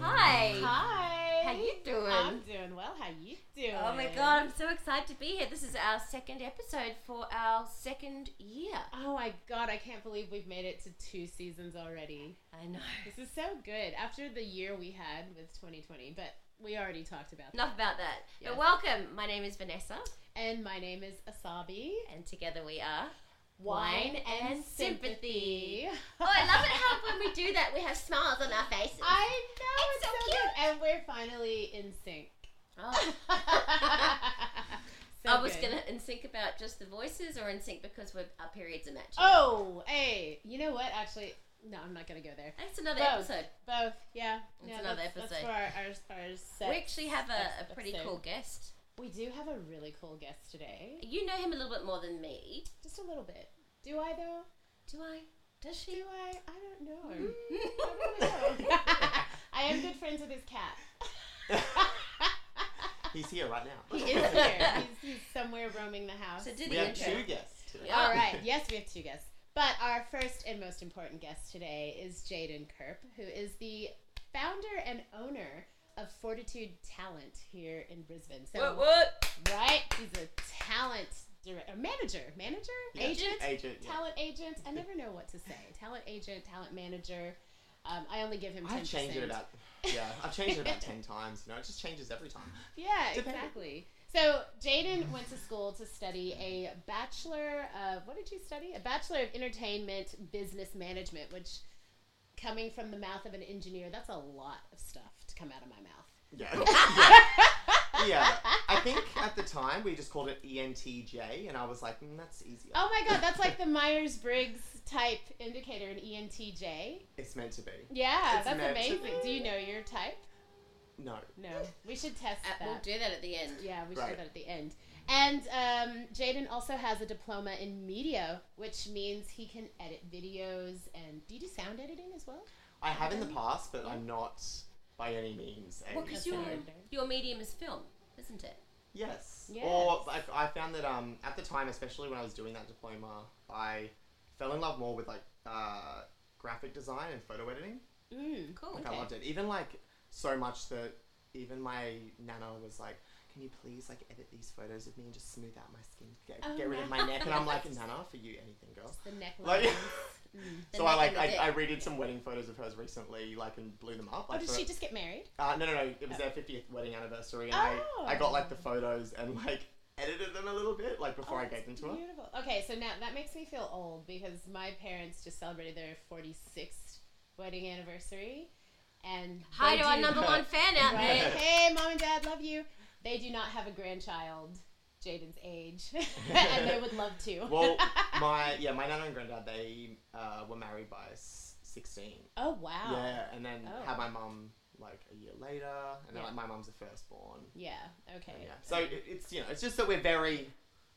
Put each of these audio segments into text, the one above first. Hi. Hi. How you doing? I'm doing well. How you doing? Oh my god, I'm so excited to be here. This is our second episode for our second year. Oh my god, I can't believe we've made it to two seasons already. I know. This is so good. After the year we had with 2020, but we already talked about that. Enough about that. Yeah. But welcome. My name is Vanessa, And my name is Asabi. and together we are. Wine and, and sympathy. sympathy. Oh, I love it how when we do that, we have smiles on our faces. I know It's it's, so so, cute. good, and we're finally in sync. Oh. So I was good. gonna in sync about just the voices, or in sync because we're, our periods are matching. Oh, hey, you know what? Actually, no, I'm not gonna go there. that's another Both. episode. Both, yeah. That's No, another That's episode. for our, our, our set. we actually have a, a pretty episode. cool guest. We do have a really cool guest today. You know him a little bit more than me. Just a little bit. Do I though? Do I? Does she? Hmm. Do I? I don't know. I don't really know. I am good friends with his cat. He's here right now. he is here. He's, he's somewhere roaming the house. So do the we have intro. Oh. two guests today. Yeah. All right. Yes, we have two guests. But our first and most important guest today is Jaden Kerp, who is the founder and owner of Fortitude Talent here in Brisbane. So What? What? right, he's a talent director, manager, manager, Yeah. agent, Agent, yeah. talent agent. I never know what to say. Talent agent, talent manager. Um, I only give him. 10%. I've changed it about yeah. I've changed it about ten times. You know, it just changes every time. Yeah, Depending. exactly. So Jaden went to school to study a bachelor of what did you study? A bachelor of entertainment business management, which coming from the mouth of an engineer, that's a lot of stuff to come out of my mouth. Yeah. yeah. Yeah. I think at the time we just called it E ENTJ, and I was like, mm, that's easier. Oh my god, that's like the Myers Briggs type indicator in E ENTJ. It's meant to be. Yeah, It's that's meant to amazing. be. Do you know your type? No. No. We should test Uh, that. we'll do that at the end. Yeah, we should Right. do that at the end. And um, Jaden also has a diploma in media, which means he can edit videos. And do you do sound editing as well? I have Um, in the past, but I'm not by any means. A Well, because your Okay. your medium is film, isn't it? Yes. Yes. Or I, I found that um, at the time, especially when I was doing that diploma, I fell in love more with like uh, graphic design and photo editing. Mm. Cool. Like I loved it. Even like so much that even my nana was like, "Can you please like edit these photos of me and just smooth out my skin, get, Oh, get rid of my neck?" And I'm like, "Nana, for you, anything, girl." The Oh, neckline. Like, so I neck like and the I, I dick. redid some wedding photos of hers recently, like and blew them up. oh, Like, did for- she just get married? uh, no, no, no. It was their 50th wedding anniversary, and Oh. Oh, I, I got like the photos and like edited them a little bit, like before I gave them to her. Beautiful. Okay, so now that makes me feel old because my parents just celebrated their 46th wedding anniversary. And Hi they to our do- number one fan out Right. there. hey, mom and dad, love you. They do not have a grandchild Jaden's age, and they would love to. Well, my yeah, my nana and granddad they uh, were married by s- 16. oh wow. Yeah, and then Oh. had my mum like a year later, and then Yeah. like my mum's the firstborn. Yeah, Okay. Yeah. So it, it's you know it's just that we're very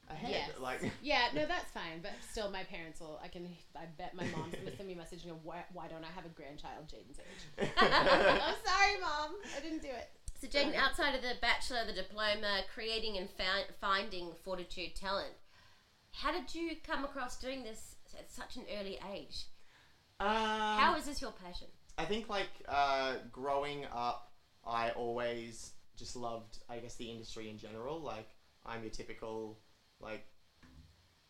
ahead. Yes. Like Yeah, no, that's fine. But still, my parents will. I can. I bet my mom's gonna send me a message and go, "Why, why don't I have a grandchild Jaden's age?" I'm sorry, mom. I didn't do it. So Jaden, outside of the bachelor, the diploma, creating and found, finding fortitude talent, how did you come across doing this at such an early age? um, How is this your passion? I think like uh, growing up, I always just loved I guess the industry in general. Like I'm your typical like.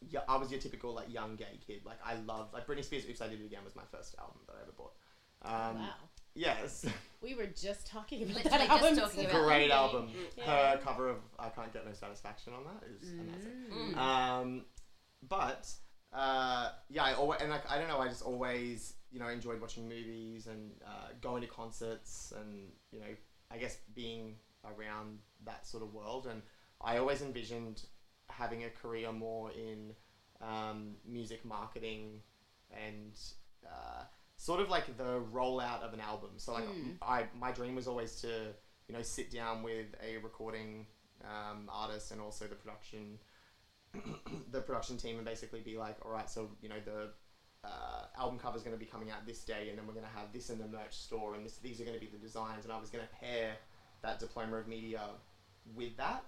Yeah, I was your typical like young gay kid. Like I loved like Britney Spears. Oops, I did it again was my first album that I ever bought. Um, Oh, Wow. Yes. We were just talking about Literally that just album talking today. about great album. Yeah. Her Mm. cover of "I Can't Get No Satisfaction" on that is amazing. Um, but uh, yeah, I always and like I don't know, I just always you know enjoyed watching movies and uh, going to concerts and you know I guess being around that sort of world. And I always envisioned having a career more in um, music marketing and uh, sort of like the rollout of an album. So like I my dream was always to you know sit down with a recording um, artist and also the production the production team and basically be like, all right, so you know the uh, album cover is going to be coming out this day, and then we're going to have this in the merch store, and this, these are going to be the designs, and I was going to pair that diploma of media with that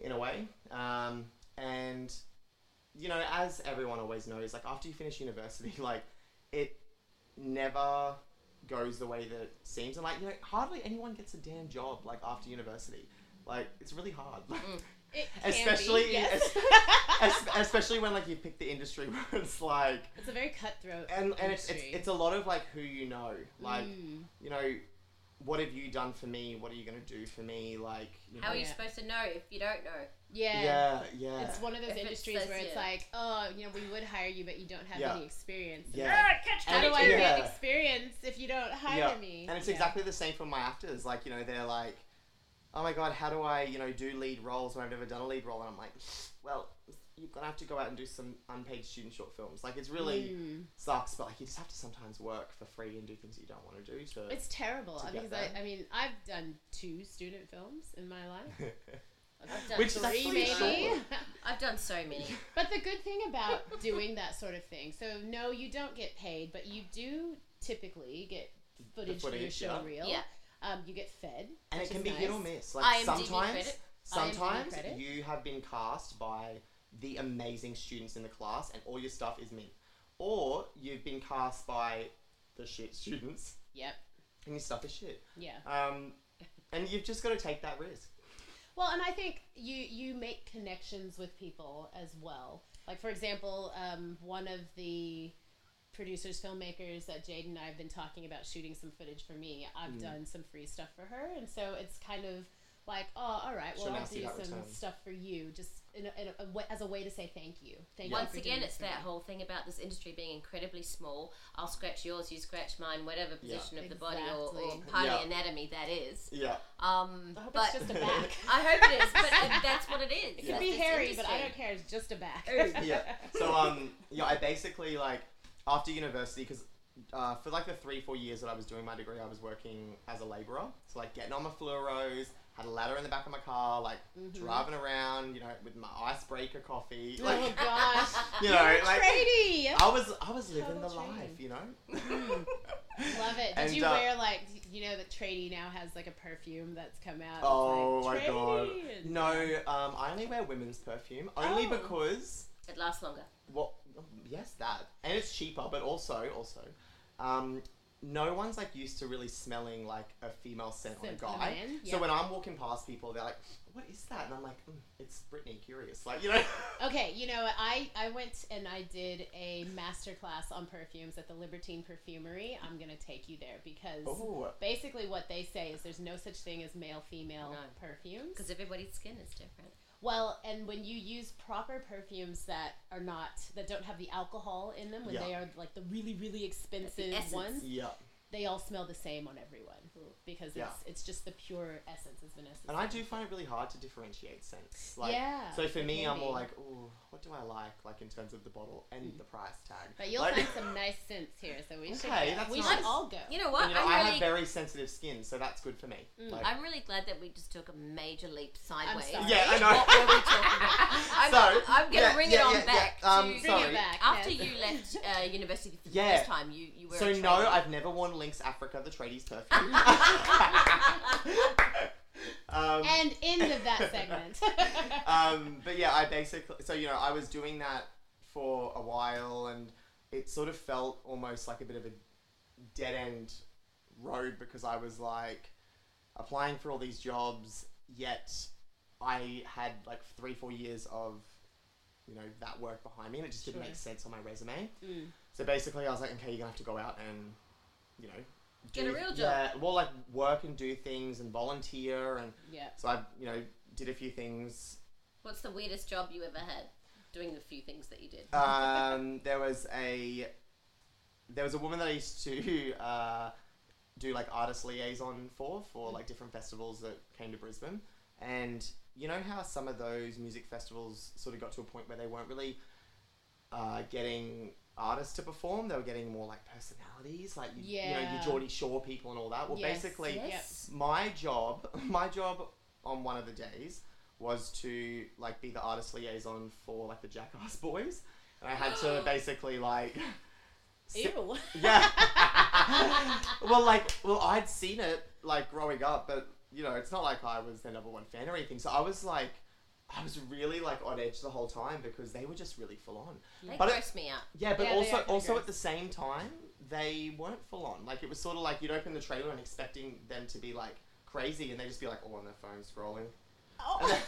in a way, um, and you know, as everyone always knows, like after you finish university, like it never goes the way that it seems, and like you know, hardly anyone gets a damn job like after university. Like it's really hard. Like, It can especially be, yes. es- es- especially when like you pick the industry where it's like it's a very cutthroat and and it's, it's industry. Hmm. it's a lot of like who you know like you know what have you done for me what are you gonna do for me like you How are know, you Yeah. supposed to know if you don't know? yeah. yeah yeah It's one of those If it industries says where it's here. like, oh, you know, we would hire you, but you don't have Yeah. any experience. And yeah How do I Yeah. get experience if you don't hire yeah. me? And it's Yeah. exactly the same for my actors. Like, you know, they're like, oh my God, how do I, you know, do lead roles when I've never done a lead role? And I'm like, well, you're going to have to go out and do some unpaid student short films. Like, it's really Hmm. sucks, but like, you just have to sometimes work for free and do things that you don't want to do. So, It's terrible to get because I, that. I mean I've done two student films in my life, I've done Which is three, actually three maybe. maybe. short. I've done so many. but the good thing about doing that sort of thing, so no, you don't get paid, but you do typically get footage, footage, for your show yeah. reel. Yeah. Um, you get fed, and it which can is be nice. hit or miss. Like, IMDb sometimes, credit. sometimes credit. you have been cast by the amazing students in the class and all your stuff is mint. Or you've been cast by the shit students Yep. and your stuff is shit. Yeah. Um, and you've just got to take that risk. Well, and I think you you make connections with people as well. Like for example, um, one of the producers, filmmakers that Jade and I have been talking about shooting some footage for me. I've Mm. done some free stuff for her, and so it's kind of like, oh, all right, well, She'll now I'll see do that some return. stuff for you, just in a, in a, a way- as a way to say thank you. Thank you. Once for again, doing it's this for that me. whole thing about this industry being incredibly small. I'll scratch yours, you scratch mine, whatever Yeah. position of the body or, or Exactly. part Yeah. of the anatomy that is. Yeah. Um, I hope but it's just a back. I hope it is, but uh, that's what it is. It It could be hairy, but I don't care. It's just a back. Yeah. So um, yeah, I basically like after university because. Uh, for like the three four years that I was doing my degree, I was working as a labourer. So like getting on my fluoros, had a ladder in the back of my car, like Mm-hmm. driving around, you know, with my icebreaker coffee, like oh gosh, you know, like Brady, I was I was living Total the training. life, you know. Love it. Did And, you uh, wear like you know that tradie now has like a perfume that's come out? oh that's like, my god! "Tradie," and- No, um, I only wear women's perfume only Oh. because It lasts longer. Well, yes, that, and it's cheaper, but also, also, um, no one's like used to really smelling like a female scent on a Scent on a guy. man, yeah. So when I'm walking past people, they're like, "What is that?" And I'm like, mm, "It's Britney Curious," like you know. Okay, you know, I I went and I did a master class on perfumes at the Libertine Perfumery. I'm gonna take you there because Ooh. basically what they say is there's no such thing as male female No. perfumes. Because everybody's skin is different. Well, and when you use proper perfumes that are not that don't have the alcohol in them, when Yeah. they are like the really really expensive essence. ones, yeah, they all smell the same on everyone because it's, Hmm. Yeah. it's just the pure essence, as Vanessa. and I said. do find it really hard to differentiate scents. Like, Yeah, So for it me, can I'm more be. like, "Ooh, what do I like?" Like in terms of the bottle and the price tag. Mm. But you'll Like- find some nice scents here, so we should. Okay, go. that's we nice. should all go. You know what? And, you know, I I'm, have really, very sensitive skin, so that's good for me. Mm, Like- I'm really glad that we just took a major leap sideways. sorry. yeah, I know. I'm, So, I'm going to yeah, bring it yeah, on yeah, back. yeah. Um, to, Bring it sorry. back, After yes. you left uh, university for the Yeah. first time, you, you were So a no, trainee. I've never worn Lynx Africa, the tradies perfume. um, And end of that segment. um, but yeah, I basically so you know I was doing that for a while, and it sort of felt almost like a bit of a dead end road because I was like applying for all these jobs, yet I had like three four years of you know that work behind me, and it just didn't Sure. make sense on my resume. Mm. So basically, I was like, okay, you're gonna have to go out and you know. Get a do- real job. Yeah, well, like work and do things and volunteer and yeah. so I, you know, did a few things What's the weirdest job you ever had? doing the few things that you did. um, there was a there was a woman that I used to uh, do like artist liaison for for like different festivals that came to Brisbane, and you know how some of those music festivals sort of got to a point where they weren't really uh, getting artists to perform; they were getting more like personalities, like you, you know Yeah. your Geordie Shore people and all that. Well, Yes, basically, yes. my job my job on one of the days was to like be the artist liaison for like the jackass boys and i had to basically like sit- Ew. yeah well like well i'd seen it like growing up but you know it's not like i was their number one fan or anything so i was like i was really like on edge the whole time because they were just really full on They But it- grossed me out. yeah, but Yeah, they also are pretty also gross. at the same time, they weren't full on. Like it was sort of like you'd open the trailer and expecting them to be like crazy, and they'd just be like all on their phone scrolling. Oh. And, then,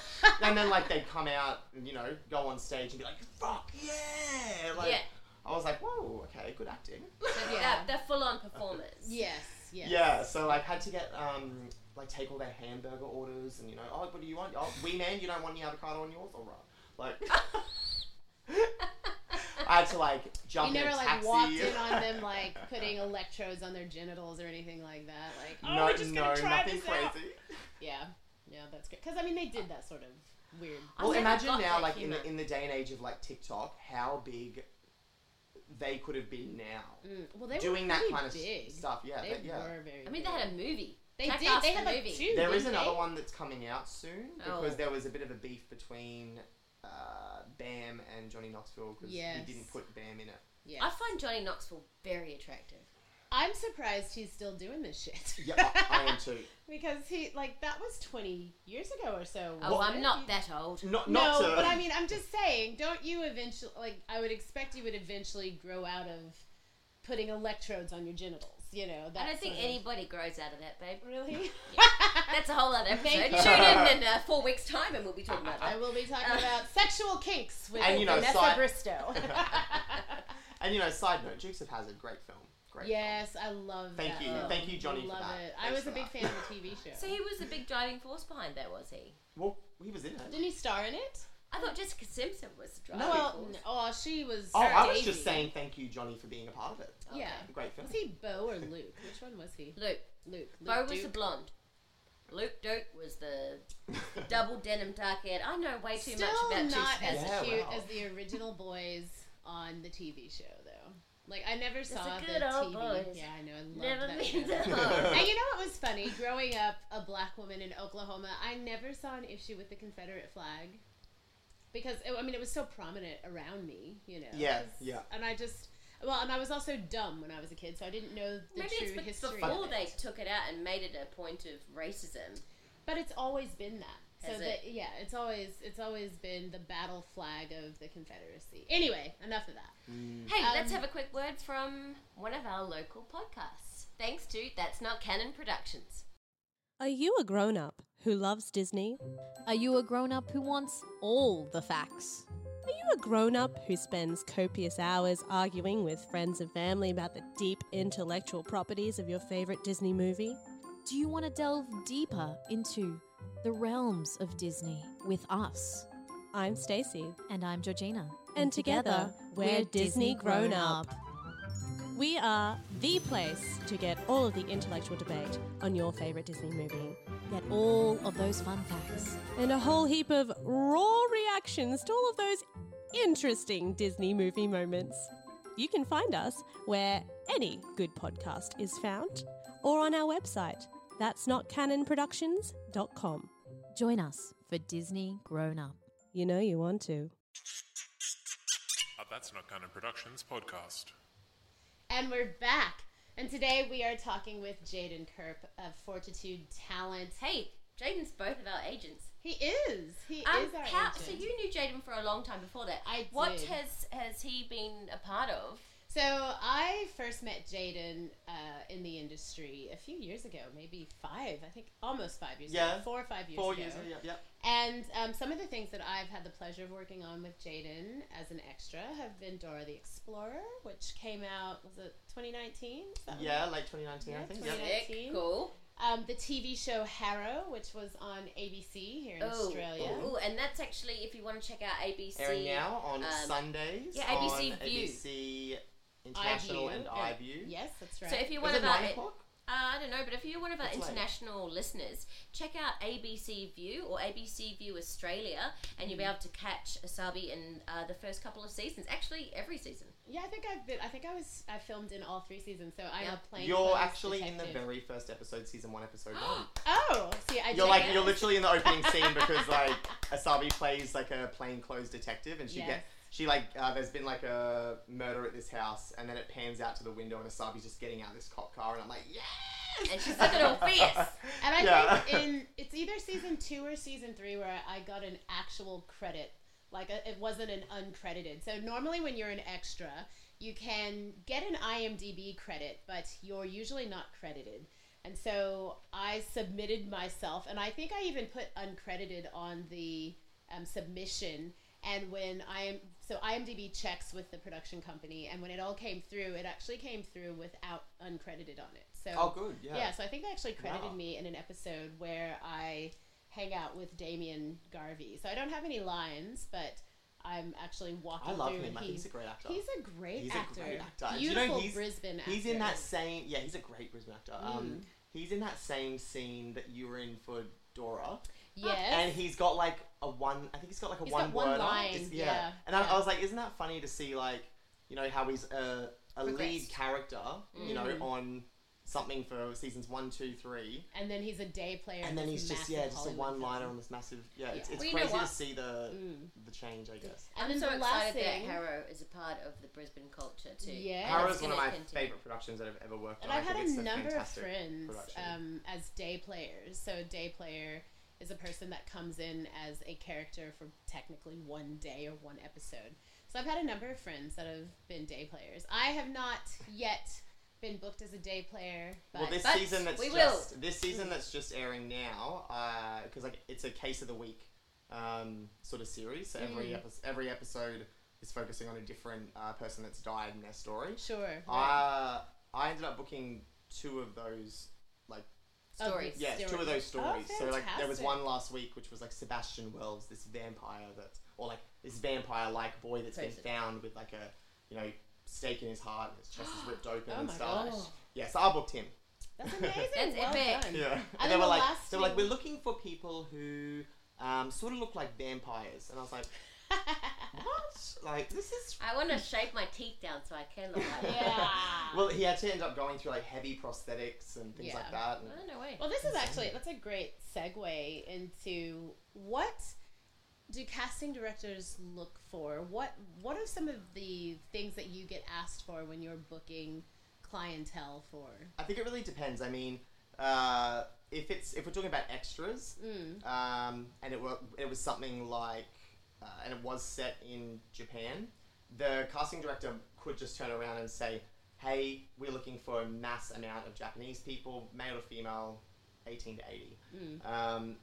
and then like they'd come out, and, you know, go on stage and be like, "Fuck yeah!" Like Yeah. I was like, "Whoa, okay, good acting." They're, Yeah. they're full on performers. Yes. Yes. Yeah, so like had to get um like take all their hamburger orders and you know, oh what do you want? Oh wee man, you don't want any avocado on yours? Alright. Like I had to like jump You in never a like taxi. walked in on them like putting electrodes on their genitals or anything like that. Like, oh, no, we're just no, gonna try nothing this crazy. out. Yeah, yeah, that's good. Because I mean, they did that sort of weird. I've Well, never imagine got now, that like in humour. the, in the day and age of like TikTok, how big they could have been now Mm, well, they doing were that pretty kind of big. s- stuff. Yeah, They that- yeah. were very. I mean, they big. had a movie. They Jackass did. They the had like movie. two. There is didn't another they? one that's coming out soon because Oh. there was a bit of a beef between uh, Bam and Johnny Knoxville because Yes. he didn't put Bam in it. Yeah. I find Johnny Knoxville very attractive. I'm surprised he's still doing this shit. Yeah, I, I am too. because he like that was 20 years ago or so. Oh, wasn't I'm it? not You- that old. Not, No, not to, but I mean, I'm just saying, don't you eventually like? I would expect you would eventually grow out of putting electrodes on your genitals. You know, I that don't think sort of- anybody grows out of that, babe. really. That's a whole other episode. Thank Tune in in uh, four weeks' time, and we'll be talking about I that. will be talking about sexual kinks with And, you know, Vanessa side- Bristow. and you know, side note, Dukes of Hazard, great film, great. yes, I love Thank that. you. film. Thank you, Johnny, for Love that. it. I Thanks was for a big that. fan of the TV show. So he was the big driving force behind that, was he? film. Well, he was in it. Didn't he star in it? I thought Jessica Simpson was the driving well, force. n- oh, she was. Oh, her I was Daisy. just saying thank you, Johnny, for being a part of it. Yeah. Great film. Was he Bo or Luke? Which one was he? Luke. Luke. Luke Bo was the Duke. blonde. Luke Duke was the double denim dark haired. I know way too Still much about Dukes not as Hazard. Yeah, cute wow. as the original boys on the TV show, though. Like I never saw the good the old TV. boys. Yeah, I know. I love Never that. been show. that And you know what was funny? Growing up, a black woman in Oklahoma, I never saw an issue with the Confederate flag because it, I mean it was so prominent around me, you know. Yeah, 'cause- yeah. And I just well, and I was also dumb when I was a kid, so I didn't know the Maybe true it's be- history. before of they it. took it out and made it a point of racism. But it's always been that. Has so it? the, yeah, it's always it's always been the battle flag of the Confederacy. Anyway, enough of that. Mm. Hey, let's Um, have a quick word from one of our local podcasts. Thanks to That's Not Canon Productions. Are you a grown up who loves Disney? Are you a grown up who wants all the facts? Are you a grown up who spends copious hours arguing with friends and family about the deep intellectual properties of your favorite Disney movie? Do you want to delve deeper into the realms of Disney with us? I'm Stacey, And I'm Georgina. and together we're Disney Grown Up. We are the place to get all of the intellectual debate on your favorite Disney movie. Get all of those fun facts. and a whole heap of raw reactions to all of those interesting Disney movie moments. You can find us where any good podcast is found or on our website. That's not canonproductions.com. Join us for Disney Grown Up. You know you want to. Uh, That's Not Canon Productions podcast. And we're back. And today we are talking with Jaden Kerp of Fortitude Talent. Hey, Jaden's both of our agents. He is. He Um, is our how- agent. So you knew Jaden for a long time before that. I What did. has has he been a part of? So I first met Jaden uh, in the industry a few years ago, maybe five, I think almost five years Yeah. ago, four or five years Four ago. years ago, yeah, yeah. And um, some of the things that I've had the pleasure of working on with Jaden as an extra have been Dora the Explorer, which came out, was it 2019? Is that when Yeah, late 2019, Um, Yeah, I think. Yeah. Yeah. 2019. Cool. Um, the TV show Harrow, which was on ABC here in Australia. Ooh, and that's actually if you want to check out ABC. Airing now on um, Sundays. yeah, ABC on View. ABC International iView. and Uh, iView. Yes, that's right. So if you're Is one it of our, nine uh, o'clock? I don't know, but if you're one of our It's late. international listeners, check out ABC View or ABC View Australia, and Mm. you'll be able to catch Asabi in uh, the first couple of seasons. Actually, every season. yeah, I think I've been. I think I was. I filmed in all three seasons, so I'm Yeah. playing. You're Close actually in the Detective. very first episode, season one, episode one. Oh, see, I You're did like it. you're literally in the opening scene because like Asabi plays like a plainclothes detective, and she Yes. get she like uh, there's been like a murder at this house, and then it pans out to the window, and Asabi's just getting out of this cop car, and I'm like, yes. And she's looking all fierce. And I Yeah. think in it's either season two or season three where I got an actual credit. Like uh, it wasn't an uncredited. So normally when you're an extra, you can get an IMDb credit, but you're usually not credited. And so I submitted myself, and I think I even put uncredited on the um, submission. And when I am so IMDb checks with the production company, and when it all came through, it actually came through without uncredited on it. So Oh, good. Yeah. yeah, so I think they actually credited Wow. me in an episode where I hang out with Damien Garvey. So I don't have any lines, but I'm actually walking I love through him. and I think he's a great actor. He's a great He's actor. a great actor. Do Beautiful you know, he's, Brisbane actor. Mm. He's in that same. Yeah, he's a great Brisbane actor. Um, he's in that same scene that you were in for Dora, Yes. and he's got like a one. I think he's got like a He's one got one word line, yeah, And I, yeah. I was like, isn't that funny to see like, you know, how he's a, a lead Progressed. Mm. character, you know, on something for seasons one, two, three, and then he's a day player. and in then this he's just massive yeah, just a Hollywood one liner film. on this massive. Yeah, it's, Yeah. it's Well, you know crazy to what? see the Mm. the change, I guess. And I'm then so the last excited thing- that Harrow is a part of the Brisbane culture too. Yeah. Harrow It's is one of gonna my continue. favorite productions that I've ever worked And on. I I've had think it's a number of fantastic friends production. um, as day players. So a day player is a person that comes in as a character for technically one day or one episode. So I've had a number of friends that have been day players. I have not yet been booked as a day player, but well, this but season that's we will. just this season that's just airing now, because like it's a case of the week um, sort of series. So every Mm. epi- every episode is focusing on a different uh, person that's died in their story. sure. Uh, I ended up booking two of those, like Of Stories. the yeah, two of those stories. so like there was Oh, fantastic. one last week which was like Sebastian Wells, this vampire that, or like this vampire like boy that's Person. been found with like a you know stake in his heart and his chest is ripped open Oh and my stuff. gosh. Yeah, so I booked him. That's amazing. That's well epic. done. Yeah. And, then they were the like, last they were like, thing- we're looking for people who um, sort of look like vampires, and I was like, what? Like this is. I want to shave my teeth down so I can look like that. Yeah. Well, he had to end up going through like heavy prosthetics and things Yeah. like that. And, Oh, no way. Well, this is actually that's a great segue into what do casting directors look for? What what are some of the things that you get asked for when you're booking clientele for? I think it really depends. I mean, uh, if it's if we're talking about extras, um, and it were, it was something like, uh, and it was set in Japan, the casting director could just turn around and say, "Hey, we're looking for a mass amount of Japanese people, male or female, eighteen to eighty. Um,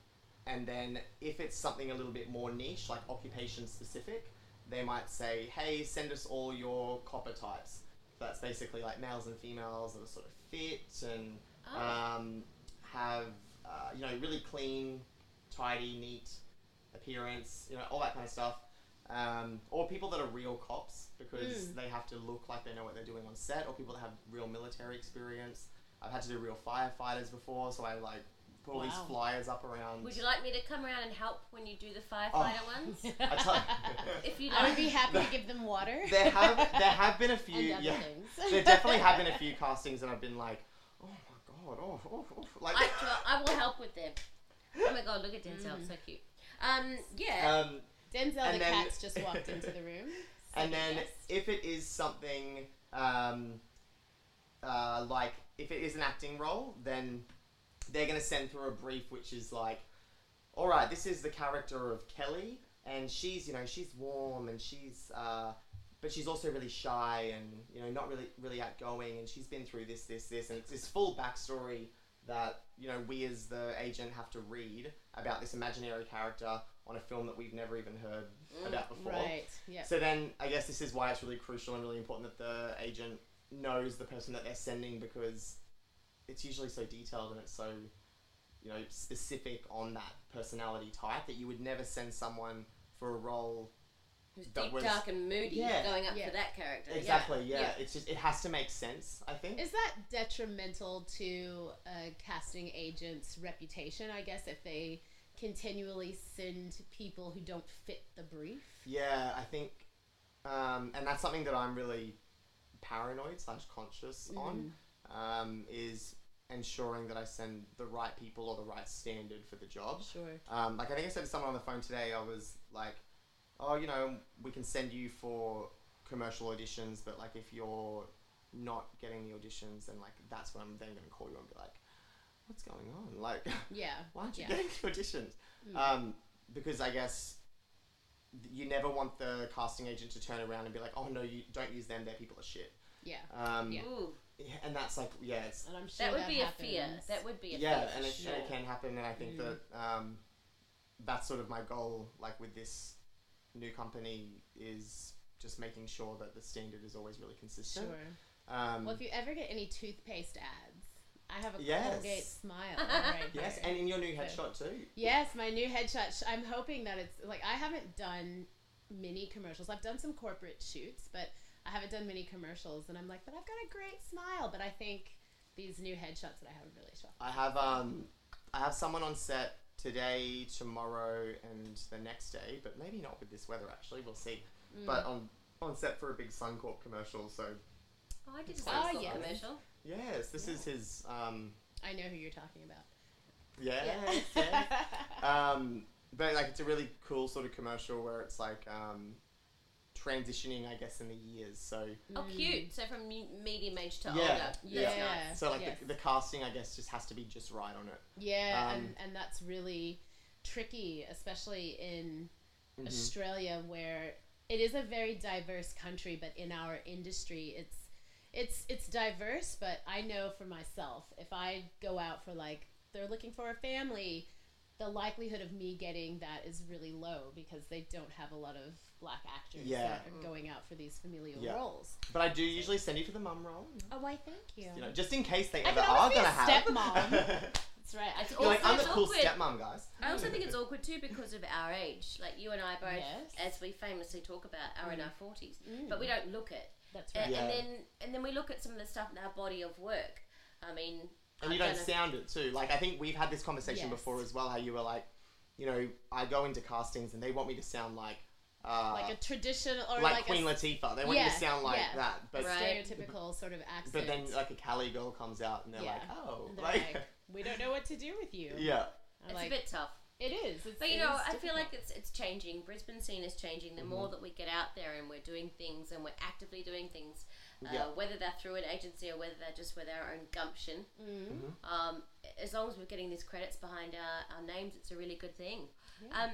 and then if it's something a little bit more niche, like occupation specific, they might say, hey, send us all your copper types. That's basically like males and females that are sort of fit and Oh. um, have, uh, you know, really clean, tidy, neat appearance, you know, all that kind of stuff. Um, or people that are real cops because Hmm. they have to look like they know what they're doing on set, or people that have real military experience. I've had to do real firefighters before, so I like put all Wow. these flyers up around. Would you like me to come around and help when you do the Oh. firefighter ones? I tell- If you I would like. be happy to give them water there have there have been a and few other yeah, things. there definitely have been a few castings and I've been like, oh my god, oh, oh, oh. like I, I will help with them. Oh my god, look at Mm. Denzel, so cute. Um, yeah. um, Denzel and the then- cat's just walked into the room. and then yes. if it is something um, uh, like if it is an acting role, then they're going to send through a brief which is like, all right, this is the character of Kelly, and she's you know she's warm and she's uh, but she's also really shy and you know not really really outgoing, and she's been through this this this, and it's this full backstory that you know we as the agent have to read about this imaginary character on a film that we've never even heard about before. Right. Yeah. So then, I guess this is why it's really crucial and really important that the agent knows the person that they're sending because it's usually so detailed and it's so you know specific on that personality type that you would never send someone for a role It was That deep, was- dark, and moody Yeah. going up Yeah. for that character. exactly yeah, yeah. it's just it has to make sense i think Is that detrimental to a casting agent's reputation? I guess if they continually send people who don't fit the brief. Yeah, I think, um, and that's something that I'm really paranoid slash conscious Mm-hmm. on um, is ensuring that I send the right people or the right standard for the job. Sure. Um, like I think I said to someone on the phone today, I was like, "Oh, you know, we can send you for commercial auditions, but like if you're not getting the auditions, then like that's when I'm then going to call you and be like." What's going on? Like, Yeah. why aren't you yeah. Mm. getting the auditions? Um, because I guess th- you never want the casting agent to turn around and be like, oh no, you don't use them. Their people are shit. Yeah. Um, Yeah. Ooh, yeah, and that's like, yeah, it's, And I'm sure that would be happens. a fear. That would be a yeah, fear. and for it, sure. Mm-hmm. and it can happen. And I think that um, that's sort of my goal, like with this new company, is just making sure that the standard is always really Sure. consistent. Um, Well, if you ever get any toothpaste ads, I have a Yes. Colgate smile. Right yes, here. and in your new headshot too. Yes, my new headshot. Sh- I'm hoping that it's like I haven't done many commercials. I've done some corporate shoots, but I haven't done many commercials. And I'm like, but I've got a great smile. But I think these new headshots that I have are really shot. I have um, I have someone on set today, tomorrow, and the next day, but maybe not with this weather. Actually, we'll see. Mm. But on on set for a big Suncorp commercial, so Oh, I did a Oh, Suncorp yes. commercial. yes, this is his um, I know who you're talking about. yes, yes. um, but like it's a really cool sort of commercial where it's like um, transitioning, I guess, in the years. So Oh, cute. So from me- medium age to Yeah. older. Yeah. That's Yeah. nice. so like yes. the, the casting, I guess, just has to be just right on it. Yeah, Um, and, and that's really tricky, especially in Mm-hmm. Australia where it is a very diverse country, but in our industry it's it's it's diverse, but I know for myself, if I go out for like they're looking for a family, the likelihood of me getting that is really low because they don't have a lot of black actors Yeah. that are going out for these familial Yeah. roles. But I do usually send you for the mum role, Oh, why thank you. you know, just in case they I ever can are always be a gonna have. stepmom. That's right. I It's could You're like, I'm the it's cool awkward. stepmom, guys. I also think it's awkward too because of our age. Like you and I both, Yes. as we famously talk about, are in our forties, but we don't look it. That's A- right. And, Yeah. then and then we look at some of the stuff in our body of work. I mean, And I've you don't done a- sound it too. Like I think we've had this conversation Yes. before as well, how you were like, you know, I go into castings and they want me to sound like, uh, like a traditional or like like, Queen a Latifah. They want you Yeah, to sound like yeah. that, but Right. stereotypical sort of accent. but then like a Cali girl comes out and they're like, oh, And they're like, we don't know what to do with you. yeah, I'm it's like, a bit tough. it is. It's, But you it know, is I feel difficult. Mm-hmm. like it's it's changing. Brisbane scene is changing. The more that we get out there and we're doing things and we're actively doing things, uh, Yeah. whether they're through an agency or whether they're just with our own gumption, Mm-hmm. um, as long as we're getting these credits behind our, our names, it's a really good thing. Um,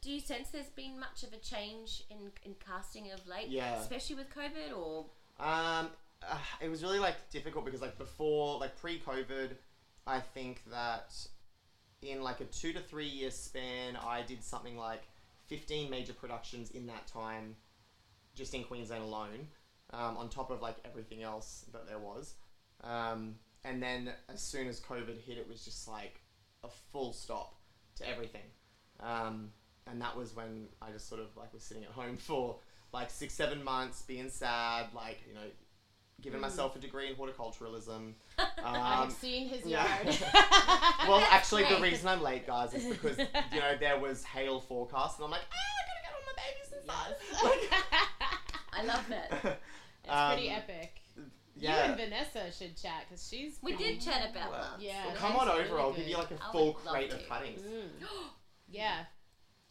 do you sense there's been much of a change in, in casting of late, Yeah. especially with COVID? Or Um, uh, it was really like difficult because like before, like pre-COVID, I think that in like a two to three year span, I did something like fifteen major productions in that time, just in Queensland alone, um, on top of like everything else that there was. Um, and then as soon as COVID hit, it was just like a full stop to everything. Um, and that was when I just sort of like was sitting at home for like six, seven months, being sad, like, you know, giving myself a degree in horticulturalism. I Um, have seen his yeah. yard. well, actually, the great. reason I'm late, guys, is because, you know, there was hail forecast, and I'm like, ah, I gotta get all my babies inside. I love that. It's pretty epic. You Um, yeah. and Vanessa should chat because she's. we did chat about Wow. that. Yeah. Well, that come on is over, really I'll give you good. like a I full would love crate to. of cuttings. Yeah. Mm,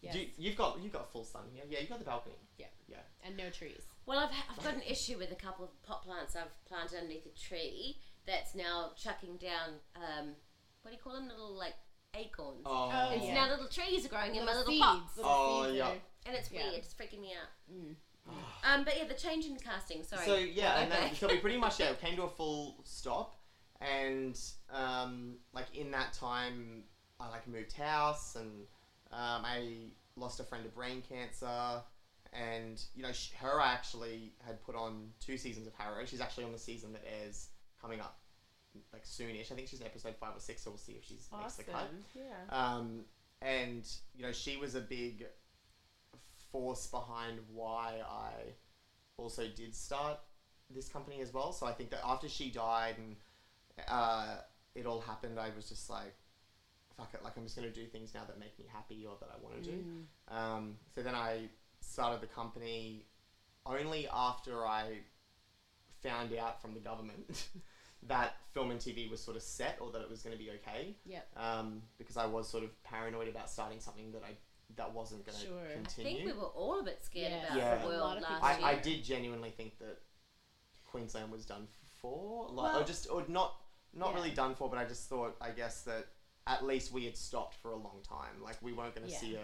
Yes. Do you, you've got you've got full sun here. Yeah, you've got the balcony. yeah. Yeah. And no trees. Well, I've, I've got an issue with a couple of pot plants I've planted underneath a tree that's now chucking down, um, what do you call them? Little, like, acorns. Oh, Oh, It's yeah. now little trees are growing in my little seeds. pots. Little Oh, seeds yeah. that are- And it's Yeah. Mm. weird. It's freaking me out. Um, but yeah, the change in casting, sorry. Ah. So yeah, Go and then, back. so we pretty much yeah came to a full stop, and um, like in that time, I like moved house and um, I lost a friend to brain cancer, and you know sh- her I actually had put on two seasons of Harrow. She's actually on the season that airs coming up like soonish. I think she's in episode five or six, so we'll see if she's next to Awesome. the cut. Yeah. Um, and you know, she was a big force behind why I also did start this company as well. So I think that after she died and uh, it all happened, I was just like, fuck it, like I'm just gonna do things now that make me happy or that I want to do. Um, so then I started the company only after I found out from the government that film and TV was sort of set or that it was going to be okay. Yep. Um, because I was sort of paranoid about starting something that I that wasn't going to Sure. I I continue. think we were all a bit scared Yeah. about Yeah. the A lot world of last people- year. I, I did genuinely think that Queensland was done for, like, Well- or just or not not Yeah. really done for, but I just thought, I guess that at least we had stopped for a long time. Like we weren't going to Yeah. see a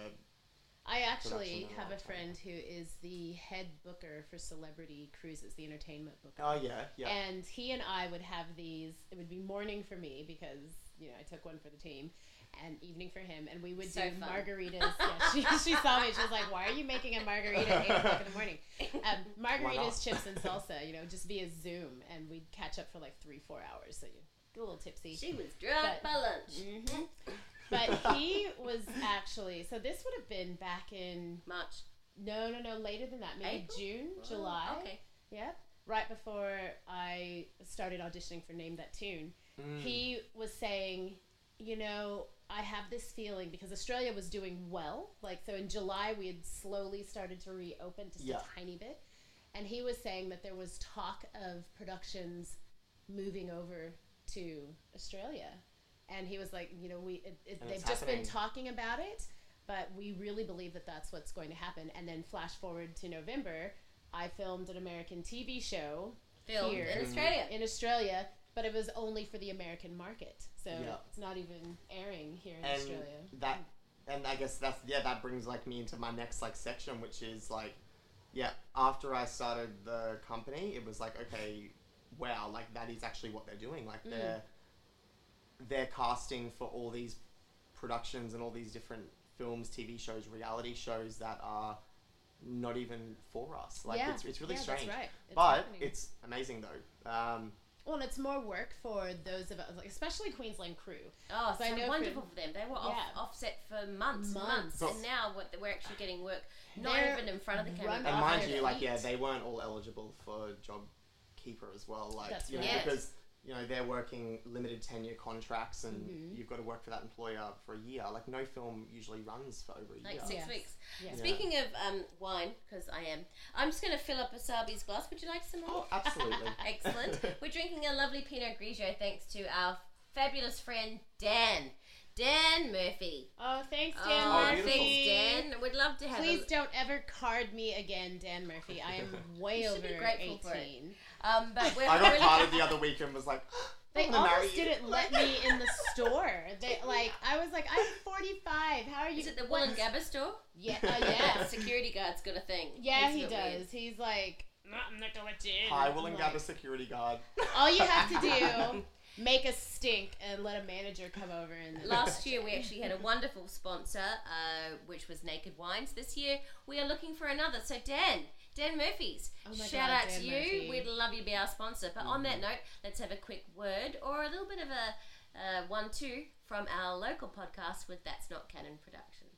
I actually Production in a have a long time. friend who is the head booker for celebrity cruises, the entertainment booker. oh yeah yeah And he and I would have these. It would be morning for me because you know I took one for the team, and evening for him. And we would So do fun. margaritas. yeah, she, she saw me. She was like, "Why are you making a margarita at eight o'clock in the morning?" Um, margaritas, not? chips, and salsa. You know, just via Zoom, and we'd catch up for like three, four hours. So you get a little tipsy. She was drunk But- by lunch. Mhm. But he was actually so. This would have been back in March. no, no, no, later than that. Maybe April? June, Oh, July. Okay. Yep. Right before I started auditioning for Name That Tune, Mm. he was saying, you know, I have this feeling because Australia was doing well. Like, so in July, we had slowly started to reopen just Yeah. a tiny bit. And he was saying that there was talk of productions moving over to Australia. And he was like, you know, we it, it, And they've it's just been happening. talking about it, but we really believe that that's what's going to happen. And then flash forward to November, I filmed an American TV show Filmed here in Australia. in Australia, but it was only for the American market, so Yeah. it's not even airing here in and Australia. that and I guess that's yeah that brings like me into my next like section which is like yeah after I started the company it was like okay wow like that is actually what they're doing Mm. like they're they're casting for all these productions and all these different films TV shows reality shows that are not even for us like Yeah. it's, it's really Yeah, that's strange right. It's but happening. it's amazing though um, Well, and it's more work for those of us, like, especially Queensland crew. Oh, So I so know wonderful for- for them. They were Yeah. off, offset for months, and months, Months. and now what, we're actually getting work not They're even in front of the run- camera. And off mind their you, like yeah, feet. they weren't all eligible for JobKeeper as well. Like That's you know, right. because you know they're working limited tenure contracts, and you've got to work for that employer for a year. Like no film usually runs for over a Like year. six Yes. weeks. Yeah. Speaking of um, wine, because I am, I'm just going to fill up Asabi's glass. Would you like some more? Oh, absolutely. Excellent. We're drinking a lovely Pinot Grigio thanks to our fabulous friend Dan. Dan Murphy. Oh, thanks, Dan Oh, beautiful. Murphy. thanks, Dan. We'd love to have Please a, don't ever card me again, Dan Murphy. I am way You over should be grateful for it. 18. Um, but we're I got really- carded the other week and was like, They I'm gonna marry almost you. didn't let me in the store. They like I was like I'm 45. How are you? Is it the Wool and what- Gabba store? Yeah, uh, yes. Security guard's got a thing. Yeah, It's a he bit does. weird. He's like, "No, I'm not gonna let you in." "Hi, I'm will and like, Gabba security guard." All you have to do, make a stink and let a manager come over and. Last year, we actually had a wonderful sponsor, uh, which was Naked Wines. This year, we are looking for another. So, Dan, Dan Murphy's, Oh my shout God, out Dan to you. Murphy. We'd love you to be our sponsor. But on that note, let's have a quick word or a little bit of a uh, one two from our local podcast with That's Not Canon Productions.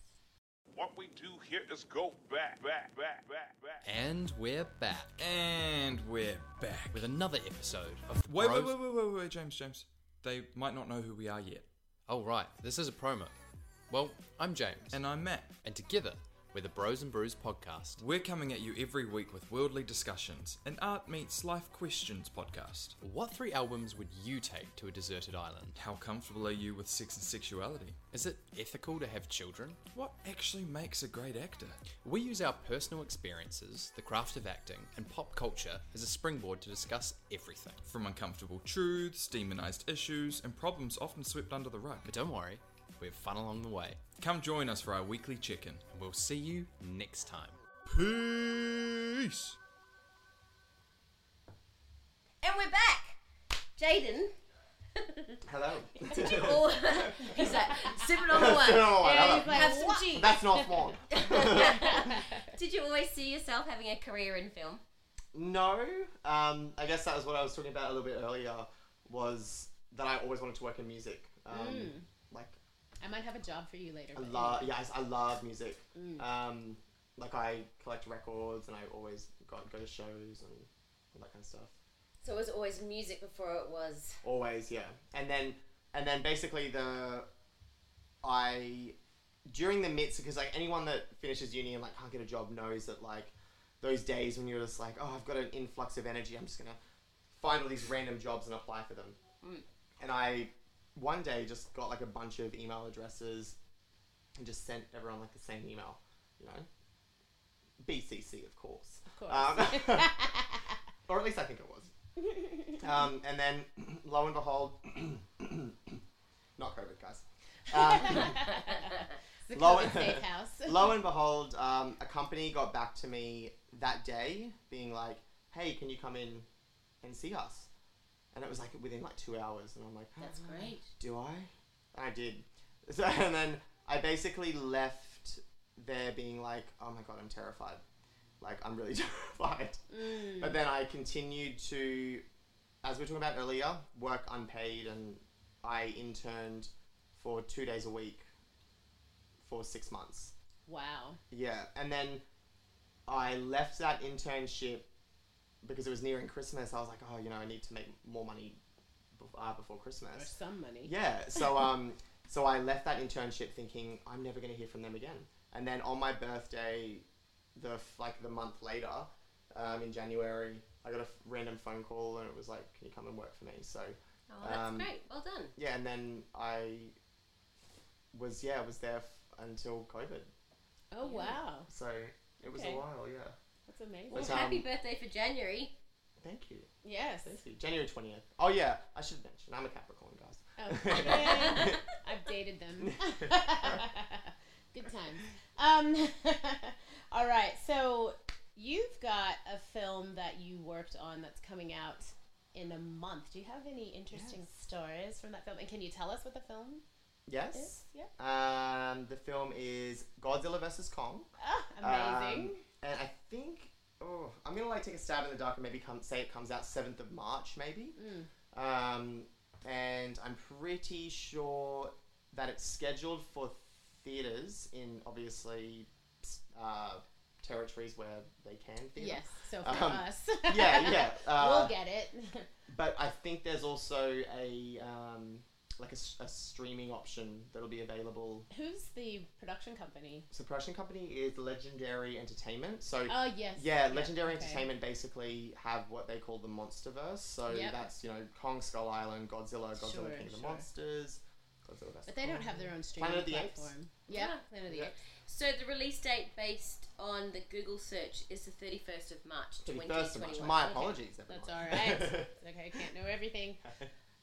What we do here is go back, back, back, back, back. And we're back And we're back. with another episode of Wait, wait, Bros- wait, wait, wait, wait, James, James. They might not know who we are yet. Oh right, this is a promo. Well, I'm James, and, And I'm Matt. together we're the Bros and Brews podcast. We're coming at you every week with worldly discussions, an art meets life questions podcast. What three albums would you take to a deserted island? How comfortable are you with sex and sexuality? Is it ethical to have children? What actually makes a great actor? We use our personal experiences, the craft of acting, and pop culture as a springboard to discuss everything. From uncomfortable truths, demonized issues, and problems often swept under the rug. But don't worry, we have fun along the way, Come join us for our weekly check in. and we'll see you next time. Peace! And we're back! Jaden. Hello. Oh, he's like, sipping on the wine. Oh, Yeah, hello. he's like, Have some "What?" cheese. That's not one. Did you always see yourself having a career in film? No, um, I guess that was what I was talking about a little bit earlier. Was that I always wanted to work in music. Um, Mm. Like I might have a job for you later. I but love, anyway. yeah, I, I love music. Mm. Um, like I collect records, and I always got go to shows and all that kind of stuff. So it was always music before it was. Always, yeah. And then, and then basically the, I, during the midst, because like anyone that finishes uni and like can't get a job knows that like those days when you're just like, oh, I've got an influx of energy, I'm just gonna find all these random jobs and apply for them. Mm. And I, one day, just got like a bunch of email addresses, and just sent everyone like the same email, you know. BCC, of course. Of course. Um, or at least I think it was. um, and then, lo and behold, not COVID, guys. Um, It's the Low- COVID safe house. lo and behold, um, a company got back to me that day, being like, "Hey, can you come in and see us?" And it was like within like two hours, and I'm like, That's great. do I? And I did. So, and then I basically left there being like, oh my god, I'm terrified. Like, I'm really terrified. Mm. But then I continued to, as we were talking about earlier, work unpaid and I interned for two days a week for six months. wow. Yeah, and then I left that internship because it was nearing Christmas. I was like, oh, you know, I need to make more money bef- uh, before Christmas. Or some money. Yeah. So um, so I left that internship thinking I'm never going to hear from them again. And then on my birthday, the f- like the month later, um, in January, I got a f- random phone call and it was like, "Can you come and work for me?" So Oh, that's Um, great. Well done. yeah, and then I was yeah I was there f- until COVID. Oh wow. So it was Okay. a while. Yeah. That's amazing. Well, but, happy um, birthday for January. Thank you. yes. Thank you. January twentieth. Oh yeah, I should mention I'm a Capricorn, guys. Oh, yeah. I've dated them. Good times. Um, all right. So you've got a film that you worked on that's coming out in a month. Do you have any interesting stories from that film? And can you tell us what the film Yes. is? Yeah. Um, the film is Godzilla vs Kong. Ah, amazing. Um, and I think, oh, I'm gonna like take a stab in the dark and maybe come say it comes out seventh of March, maybe. Um, and I'm pretty sure that it's scheduled for theaters in obviously s- uh, territories where they can theater. yes. So for Um, us. yeah, yeah. Uh, we'll get it. But I think there's also a um, like a, s- a streaming option that'll be available. Who's the production company? So the production company is Legendary Entertainment. So Oh yes. Yeah, Legendary okay. Entertainment basically have what they call the MonsterVerse. So Yep. that's you know Kong, Skull Island, Godzilla, Godzilla Sure, King of the sure. Monsters, Godzilla vs. But they don't Kong. have their own streaming Planet of the Apes. platform. Yeah, Yeah. Planet of the Yeah. Apes. So the release date based on the Google search is the 31st of March, 31st of March. 2021. My Okay. apologies, everyone. That's all right. It's okay, can't know everything.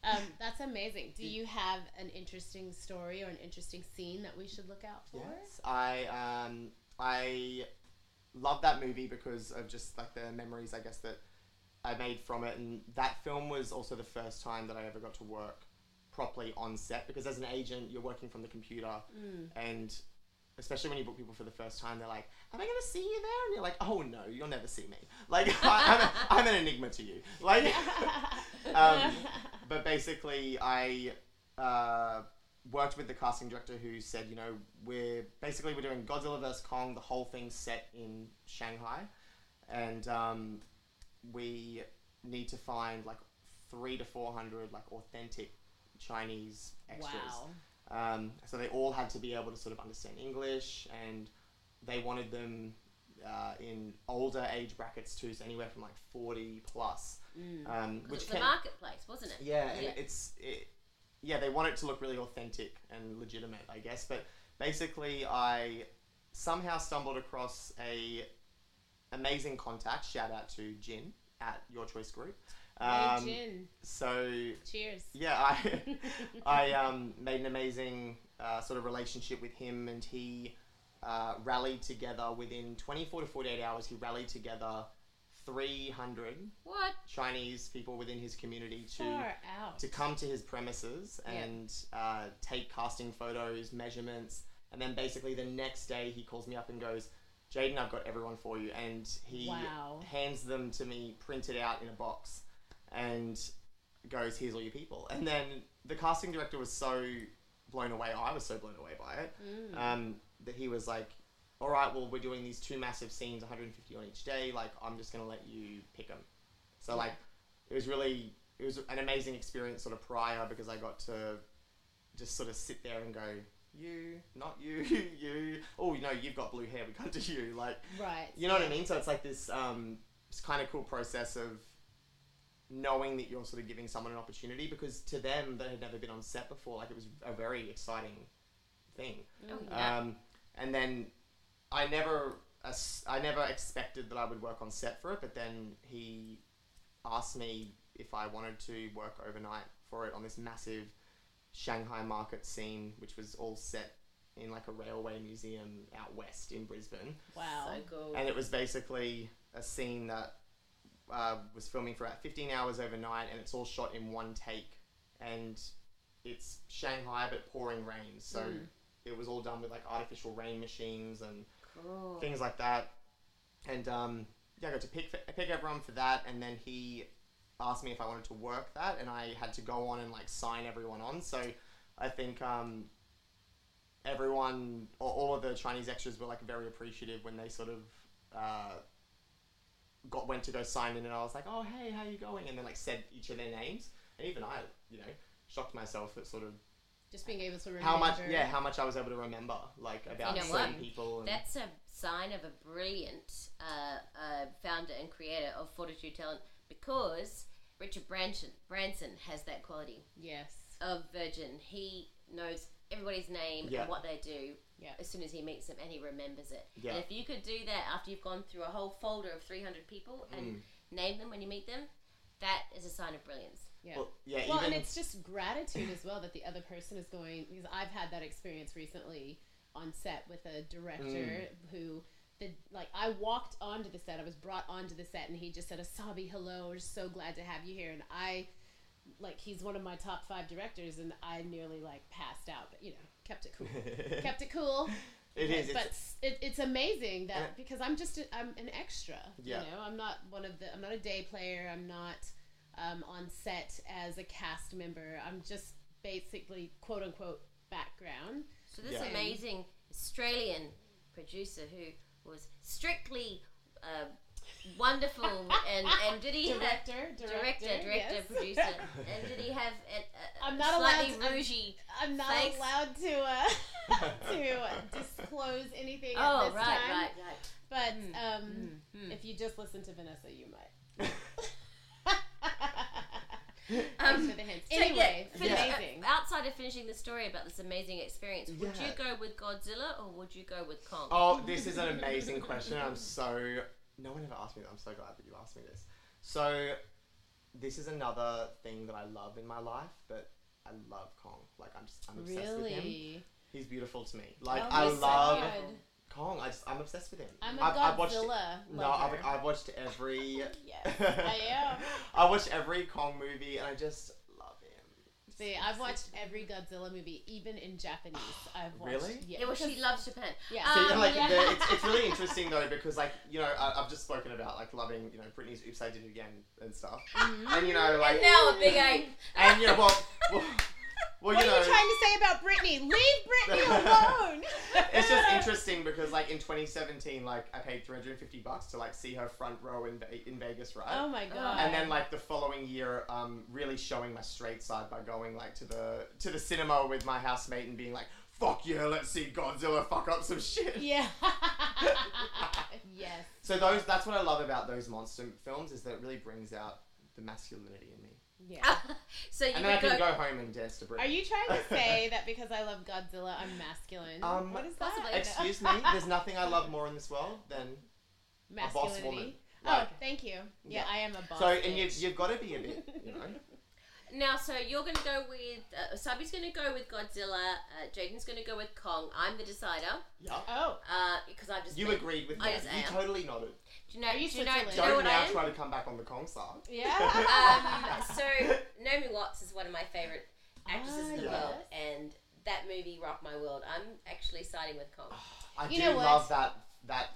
Um, that's amazing. Do you have an interesting story or an interesting scene that we should look out for? Yes, I um, I love that movie because of just like the memories I guess that I made from it, and that film was also the first time that I ever got to work properly on set because as an agent you're working from the computer, and especially when you book people for the first time, they're like, "Am I going to see you there?" And you're like, "Oh no, you'll never see me. Like I, I'm, a, I'm an enigma to you." Like, um, but basically, I uh, worked with the casting director who said, "You know, we're basically we're doing Godzilla vs Kong. The whole thing's set in Shanghai, and um, we need to find like three to four hundred like authentic Chinese extras." Wow. Um, so they all had to be able to sort of understand English, and they wanted them uh, in older age brackets too, so anywhere from like forty plus, um, 'Cause which it's can the marketplace, wasn't it? yeah, and Yeah. it's it, yeah they want it to look really authentic and legitimate, I guess. But basically, I somehow stumbled across a amazing contact. Shout out to Jin at Your Choice Group. Hey, Um, Jin, So cheers. yeah, I, I um, made an amazing uh, sort of relationship with him, and he uh, rallied together within 24 to 48 hours. He rallied together 300 What? Chinese people within his community to Far out. to come to his premises Yeah. and uh, take casting photos, measurements, and then basically the next day he calls me up and goes, "Jaden, I've got everyone for you," and he Wow. hands them to me printed out in a box, and goes, "Here's all your people," and then the casting director was so blown away. I was so blown away by it um, that he was like, "All right, well, we're doing these two massive scenes, 150 on each day. Like, I'm just gonna let you pick them." So like, it was really it was an amazing experience sort of prior because I got to just sort of sit there and go. You, not you, you. Oh, no, you've got blue hair. We can't do you. Like, Right. you know what I mean? So it's like this um, it's kind of cool process of knowing that you're sort of giving someone an opportunity because to them that had never been on set before, like it was a very exciting thing. Oh, yeah. Um, and then I never as- I never expected that I would work on set for it, but then he asked me if I wanted to work overnight for it on this massive Shanghai market scene, which was all set in like a railway museum out west in Brisbane Wow. So cool. and it was basically a scene that uh, was filming for about 15 hours overnight and it's all shot in one take and it's shanghai but pouring rain so it was all done with like artificial rain machines and Cool. things like that and um, yeah i got to pick, pick everyone for that and then he asked me if i wanted to work that and i had to go on and like sign everyone on so i think um, everyone, all, all of the Chinese extras were like very appreciative when they sort of uh, got went to go sign in, and I was like, "Oh, hey, how you going?" And then like said each of their names, and even I, you know, shocked myself at sort of Just being able to remember. how much, yeah, how much I was able to remember, like about know certain what? people. And, That's a sign of a brilliant uh, uh, founder and creator of Fortitude Talent because Richard Branson, Branson has that quality Yes. of Virgin. He knows everybody's name Yeah. and what they do Yeah. as soon as he meets them and he remembers it. Yeah. And if you could do that after you've gone through a whole folder of 300 people Mm. and name them when you meet them, that is a sign of brilliance. Yeah. well, yeah, Well, even and it's just gratitude as well that the other person is going because I've had that experience recently on set with a director Mm. who the like I walked onto the set, I was brought onto the set, and he just said, "Asabi, hello, we're so glad to have you here." And I, like, he's one of my top five directors, and I nearly like passed out, but you know, kept it cool, kept it cool. it But- is. but It's, s- it, it's amazing that And it- because I'm just a, I'm an extra. Yeah. You know, I'm not one of the I'm not a day player. I'm not um, on set as a cast member. I'm just basically quote unquote background. So this Yeah. amazing Australian producer who was strictly uh, wonderful and, and did he have Director, director, director, director, yes. producer, and did he have a, a, I'm a not allowed slightly to- I'm- rougey? I'm not Thanks. allowed to uh, to disclose anything at Oh this right, time. right, Hmm. right. But um, if you just listen to Vanessa, you might. Thanks for the hints. Um, So, yeah, Anyway, it's finish- uh, amazing. Outside of finishing the story about this amazing experience, would Yeah. you go with Godzilla or would you go with Kong? oh, this is an amazing question. I'm so no one ever asked me. that. I'm so glad that you asked me this. So, this is another thing that I love in my life, but. I love Kong. Like I'm just I'm obsessed with him. Really? He's beautiful to me. Like Oh, I he's so love good. Kong. I just, I'm obsessed with him. I'm a I've- I've watched- Godzilla. no, lover. I've, I've watched every. Yes, I am. I watched every Kong movie, and I just love him. See, I've watched every Godzilla movie, even in Japanese. I've watched. Really? Yeah. Yeah, well, she loves Japan. Yeah. So, you know, Um, like, the, it's, it's really interesting though because like you know I, I've just spoken about like loving you know Britney's Oops I Did It Again and stuff, Mm-hmm. and you know like And now a big eight. and, you know well, well, well, what you are know you trying to say about Britney? Leave Britney alone. it's just interesting because like in 2017 like I paid 350 bucks to like see her front row in Ve- in Vegas right Oh my god. and then like the following year um really showing my straight side by going like to the to the cinema with my housemate and being like fuck yeah let's see godzilla fuck up some shit Yeah. yes. so those that's what i love about those monster films is that it really brings out the masculinity in me Yeah. so you and then i would can go. go home and dance to Are Britney. you trying to say that because I love Godzilla, I'm masculine? Um, what is that? possibly. excuse me there's nothing i love more in this world than a boss woman Masculinity. Oh, Like- thank you. Yeah, Yeah. I am a boss. so and bitch. you've, you've got to be a bit you know Now, so you're going to go with uh, Sabi's going to go with Godzilla. Uh, Jaden's going to go with Kong. I'm the decider yeah Oh, because I've just you been- agreed with me Oh, I just you am. totally nodded Do you know? Are Do you you know, do you know don't what I now am? try to come back on the kong side yeah. um, so Naomi Watts is one of my favorite actresses in the Ah, world, yes. and that movie rocked my world. I'm actually siding with Kong. I You do know what? love that that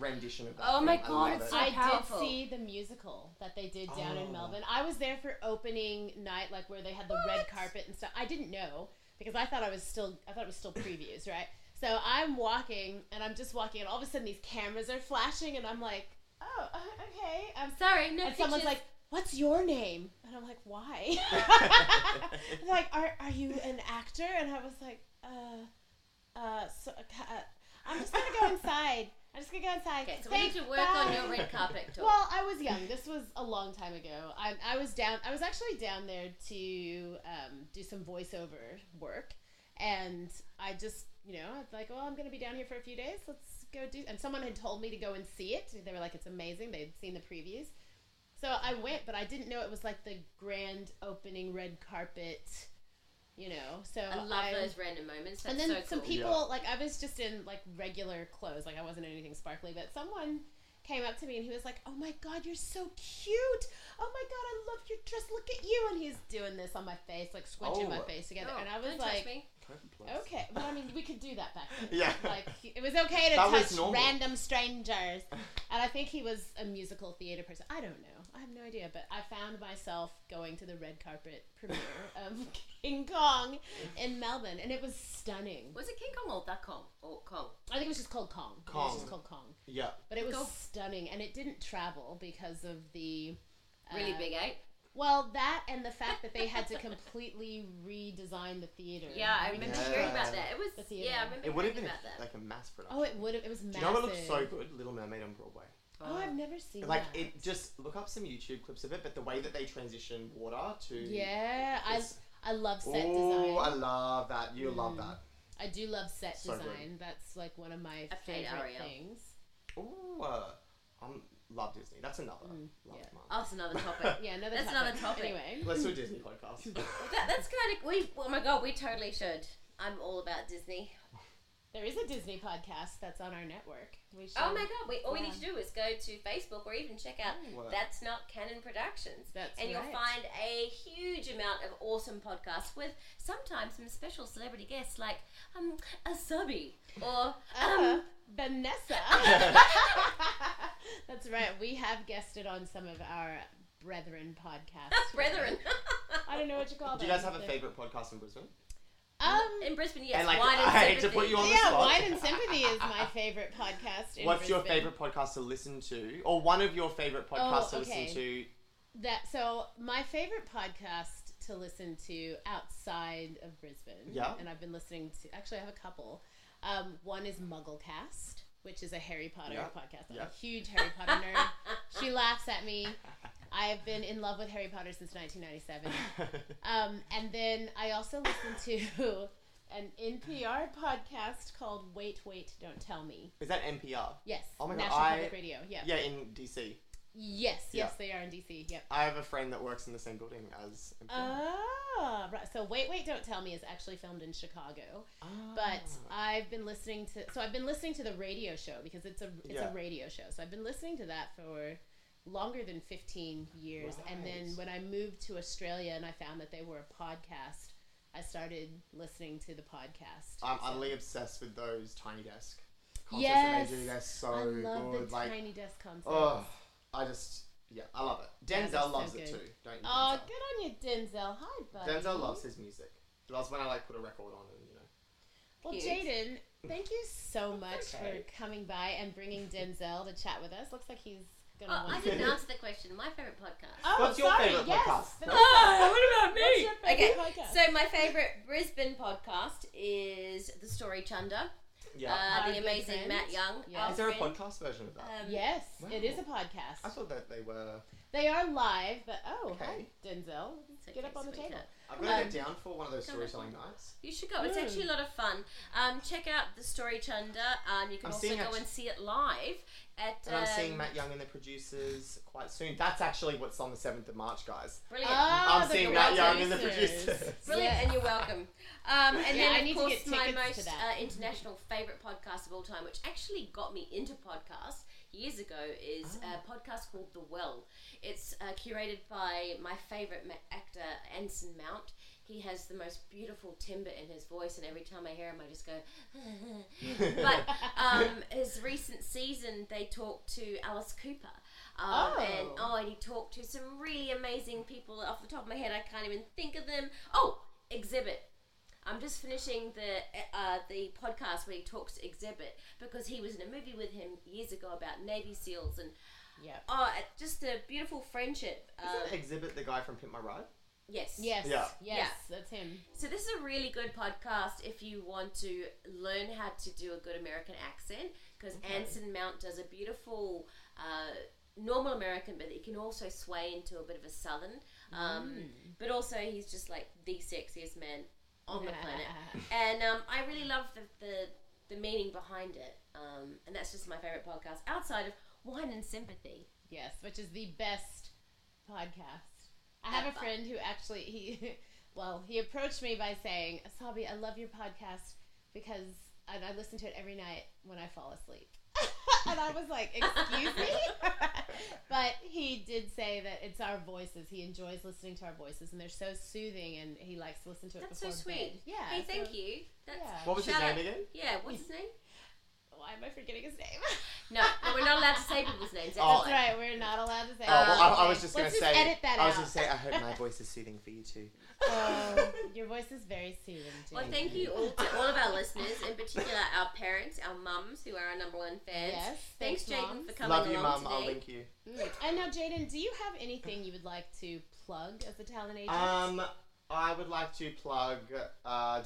rendition of that. Oh my film. I God, love it's it. so I powerful. did see the musical that they did down Oh. in Melbourne. I was there for opening night, like where they had the red carpet and stuff. I didn't know because I thought I was still I thought it was still previews, right? So I'm walking and I'm just walking, and all of a sudden these cameras are flashing, and I'm like, oh, uh, okay. I'm Sorry, no. and someone's like, pictures. "What's your name?" And I'm like, "Why?" They're like, "Are are you an actor?" And I was like, "Uh, uh, so, uh I'm just gonna go inside. I'm just gonna go inside." okay, so we need to Thanks, work on bye." your red carpet talk. Well, I was young. This was a long time ago. I, I was down. I was actually down there to um, do some voiceover work, and I just, you know, I was like, "Well, I'm going to be down here for a few days. Let's go do." And someone had told me to go and see it. They were like, "It's amazing." They'd seen the previews, so I went, but I didn't know it was like the grand opening red carpet. You know, so I love those random moments. That's um, and then so some cool. people Yeah. like I was just in like regular clothes, like I wasn't in anything sparkly, but someone came up to me and he was like, "Oh my god, you're so cute! Oh my god, I love your dress. Look at you!" And he's doing this on my face, like squinching my Oh. face together, No, and I was don't touch like, me. "Okay, but I mean, we could do that back then. Yeah. like it was okay to That was touch normal. random strangers." And I think he was a musical theater person. I don't know. I have no idea, but I found myself going to the red carpet premiere of King Kong in Melbourne, and it was stunning. was it King Kong or Duck Kong or Kong? I think it was just called Kong. I think It was just Kong. called Kong. Yeah. But it was Go. stunning, and it didn't travel because of the Really uh, big, eh? Well, that and the fact that they had to completely redesign the theater. Yeah, I remember Yeah. hearing about that. It was That's the yeah, I other. remember It would have hearing been about that. like a mass production. Oh, it would have. It was Do massive. you know what looks so good? Little Mermaid on Broadway. Oh, I've never seen Like that. it just look up some YouTube clips of it, but the way that they transition water to Yeah, I It's- I love set Oh, I design. Mm. love that. You love that. I do love set So good. design. That's like one of my I played favorite Ariel. things. Ooh, uh, I'm love Disney. That's another love Mm, yeah. Um, month. Oh, that's another topic. Yeah, another That's topic. another topic. Anyway, Let's do a Disney podcast. That, that's kind of we. Oh my god, we totally should. I'm all about Disney. there is a Disney podcast that's on our network. We should. Oh my god, we, all we Yeah. need to do is go to Facebook or even check out Oh, wow. That's Not Canon Productions. That's and right. you'll find a huge amount of awesome podcasts with sometimes some special celebrity guests like um Asabi or um Uh-huh. Um, Vanessa. That's right. We have guested on some of our brethren podcasts. Brethren. I don't know what you call them. Do you guys have a The- favorite podcast in Brisbane? Um, In Brisbane, yes. And, like, Wine and I hate to Sympathy. put you on the yeah, spot. Wine and Sympathy is my favorite podcast. in What's your Brisbane. favorite podcast to listen to, or one of your favorite podcasts Oh, to okay. listen to? That so my favorite podcast to listen to outside of Brisbane. Yeah. and I've been listening to. Actually, I have a couple. Um, one is Mugglecast, which is a Harry Potter Yeah. podcast. I'm Yeah. a huge Harry Potter nerd. She laughs at me. I have been in love with Harry Potter since 1997. Um, and then I also listen to an NPR podcast called Wait, Wait, Don't Tell Me. Is that NPR? Yes. Oh my God, National Public I- Radio. Yeah. Yeah, in DC. Yes, yes, Yeah. they are in DC. Yep. I have a friend that works in the same building as. NPR. Ah, right. So Wait, Wait, Don't Tell Me is actually filmed in Chicago. But Ah. I've been listening to so I've been listening to the radio show because it's a it's Yeah. a radio show. So I've been listening to that for longer than 15 years and then Right. when I moved to Australia and I found that they were a podcast, I started listening to the podcast. I'm So- utterly obsessed with those tiny desk concerts Yes. that they do. They're so I love good. the like, tiny desk concept. oh, I just yeah, I love it. Yeah, Denzel they're so loves it good. too, don't you? Oh, Denzel? good on you, Denzel. Hi, buddy. Denzel loves his music. That's when I like put a record on and you know. Well, Cute. Jaden, thank you so much okay. for coming by and bringing Denzel to chat with us. Looks like he's gonna. Oh, I want didn't to. answer the question. My favorite podcast. Oh, What's your sorry, favorite yes, podcast? Vanessa. Oh, what about What's your Okay, favorite podcast? so my favorite Brisbane podcast is The Story Chunder. Yeah. Uh, Our the good amazing friend. Matt Young. Yeah. our Is there a friend. podcast version of that? Um, Yes, it is a I podcast. thought that they were. They are live, but oh, hi, Okay. Denzel, It's get okay, up on the sweetheart. table. I've got to Um, get down for one of those come on. storytelling nights. You should go. It's actually a lot of fun. Um, check out the Story Chunder. Um, you can I'm also seeing go actu- and see it live at. And I'm seeing um, Matt Young and the producers quite soon. That's actually what's on the 7th of March, guys. Brilliant. Ah, I'm the seeing Matt Young and the producers. producers. Brilliant, Yeah. and you're welcome. Um, and Yeah, then, I of need to course, get my tickets to most that. uh, international favourite podcast of all time, which actually got me into podcasts years ago, is Ah. a podcast called The Well. It's uh, curated by my favourite ma- actor, Anson Mount. he has the most beautiful timbre in his voice, and every time I hear him, I just go. but um, his recent season, they talked to Alice Cooper. Um, Oh. And, oh, and he talked to some really amazing people. Off the top of my head, I can't even think of them. Oh, Exhibit. I'm just finishing the uh, the podcast where he talks to Exhibit because he was in a movie with him years ago about Navy SEALs and Yep. oh, it- just a beautiful friendship. Um, Isn't Exhibit the guy from Pimp My Ride? yes. Yes. Yeah. Yes. That's him. So this is a really good podcast if you want to learn how to do a good American accent because Anson Mount does a beautiful uh, normal American, but he can also sway into a bit of a Southern. Um, Mm. But also, he's just like the sexiest man on the planet, and um, I really love the, the the meaning behind it. Um, and that's just my favorite podcast outside of Wine and Sympathy. Yes, which is the best podcast. I have a Ever. friend who actually he well, he approached me by saying, Asabi, I love your podcast because and I listen to it every night when I fall asleep. and I was like, excuse me? but he did say that it's our voices. He enjoys listening to our voices and they're so soothing and he likes to listen to it That's so before sweet. bed. Yeah. Hey, so- thank you. That's yeah. What was his shout name out- again? Yeah. What's his name? Why am I forgetting his name? No, no, we're not allowed to say people's names. That's Oh. That's right, we're not allowed to say Oh, well, I, I Uh, Okay. was just going Let's to say. edit that I was out. going to say, I hope my voice is soothing for you too. Oh, your voice is very soothing. Jane. Well, thank you all to all of our listeners, in particular our parents, our mums, who are our number one fans. Yes, Thanks, thanks, Jaden, mums. for coming Love you, along Mum. I'll today. link you. Mm. And now, Jaden, do you have anything you would like to plug as a talent agent? Um, I would like to plug uh,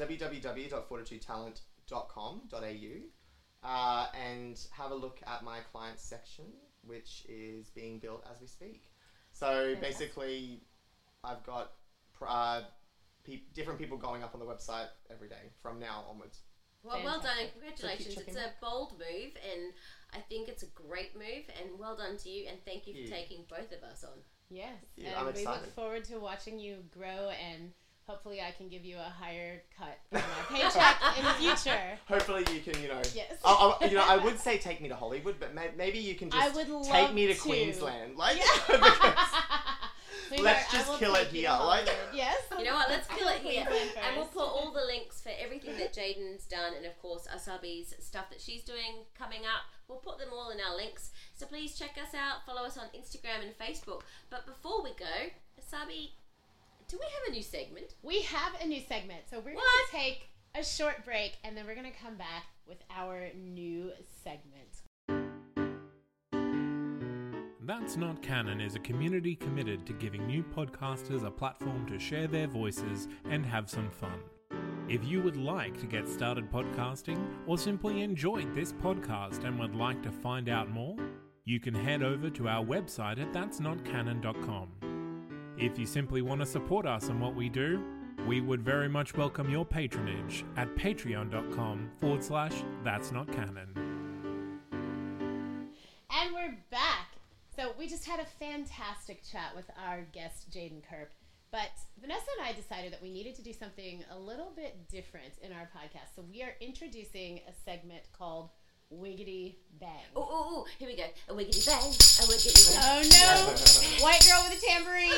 www.fortitudetalent.com.au uh, and have a look at my clients section, which is being built as we speak. So basically, I've got pr- uh, pe- different people going up on the website every day from now onwards. Well, well done and Fantastic. congratulations. checking It's a bold move, and I think it's a great move. And well done to you, and thank you for Yeah. taking both of us on. yes. Yeah, and I'm we excited. look forward to watching you grow, and hopefully, I can give you a higher cut in my paycheck in the future. Hopefully, you can, you know. Yes. I, I- you know, I would say take me to Hollywood, but may- maybe you can just I would take love me to, to. Queensland, like because Sweetheart, Let's I just will kill it take you to here, like- Hollywood. yes. You know what? Let's I kill will it here. Queensland And we'll first. put all the links for everything that Jaden's done and, of course, Asabi's stuff that she's doing coming up. We'll put them all in our links. So please check us out. Follow us on Instagram and Facebook. But before we go, Asabi, do we have a new segment? We have a new segment, so we're going What? to take a short break, and then we're going to come back with our new segment. That's Not Canon is a community committed to giving new podcasters a platform to share their voices and have some fun. If you would like to get started podcasting or simply enjoyed this podcast and would like to find out more, you can head over to our website at that'snotcanon.com. If you simply want to support us and what we do, we would very much welcome your patronage at patreon.com forward slash that's not canon. And we're back. So we just had a fantastic chat with our guest Jaden Kerp. But Vanessa and I decided that we needed to do something a little bit different in our podcast. So we are introducing a segment called Wiggity Bang. Oh, oh, oh, here we go. A wiggity bang, a wiggity bang. Oh no! White girl with a tambourine.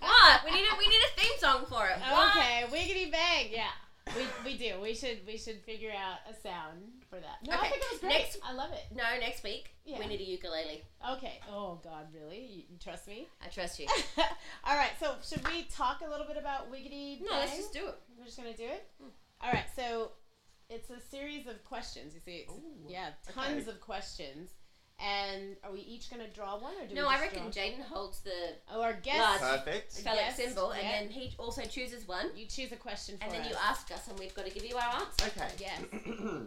What? We need a, we need a theme song for it. What? Oh, okay, wiggity bang. Yeah, we, we do. We should we should figure out a sound for that. No, I Okay, think it was great. next- I love it. No, next week, Yeah. we need a ukulele. Okay. Oh God, really? You, you trust me? I trust you. All right, so should we talk a little bit about Wiggity? No, let's Bang? just do it. We're just gonna do it. Hmm. All right, so it's a series of questions. You see, it's- yeah, tons of questions. And are we each gonna draw one, or do No, we I just reckon draw? Jaden holds the Oh, our Large. guest. perfect. phallic Yes, symbol and yeah. then he also chooses one. You choose a question for And then us. you ask us, and we've got to give you our answer. Okay. Yes.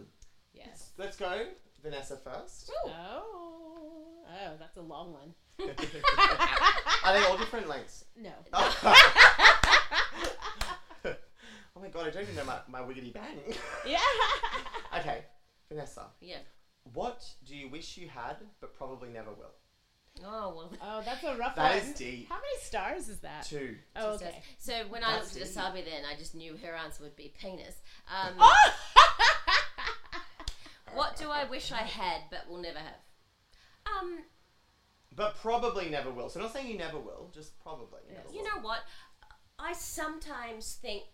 yes. Let's go, Vanessa first. Oh, oh, that's a long one. Are they all different lengths? No. oh my god, I don't even know my, my wiggity bang. Yeah. okay, Vanessa, Yeah. what do you wish you had but probably never will? Oh well. Oh, that's a rough That one. is deep. How many stars is that? Two. Oh, okay. So when I That's looked at it. Asabi, then I just knew her answer would be penis. Um, what do I wish I had but will never have? Um, But probably never will. So not saying you never will, just probably. never you will. know what? I sometimes think,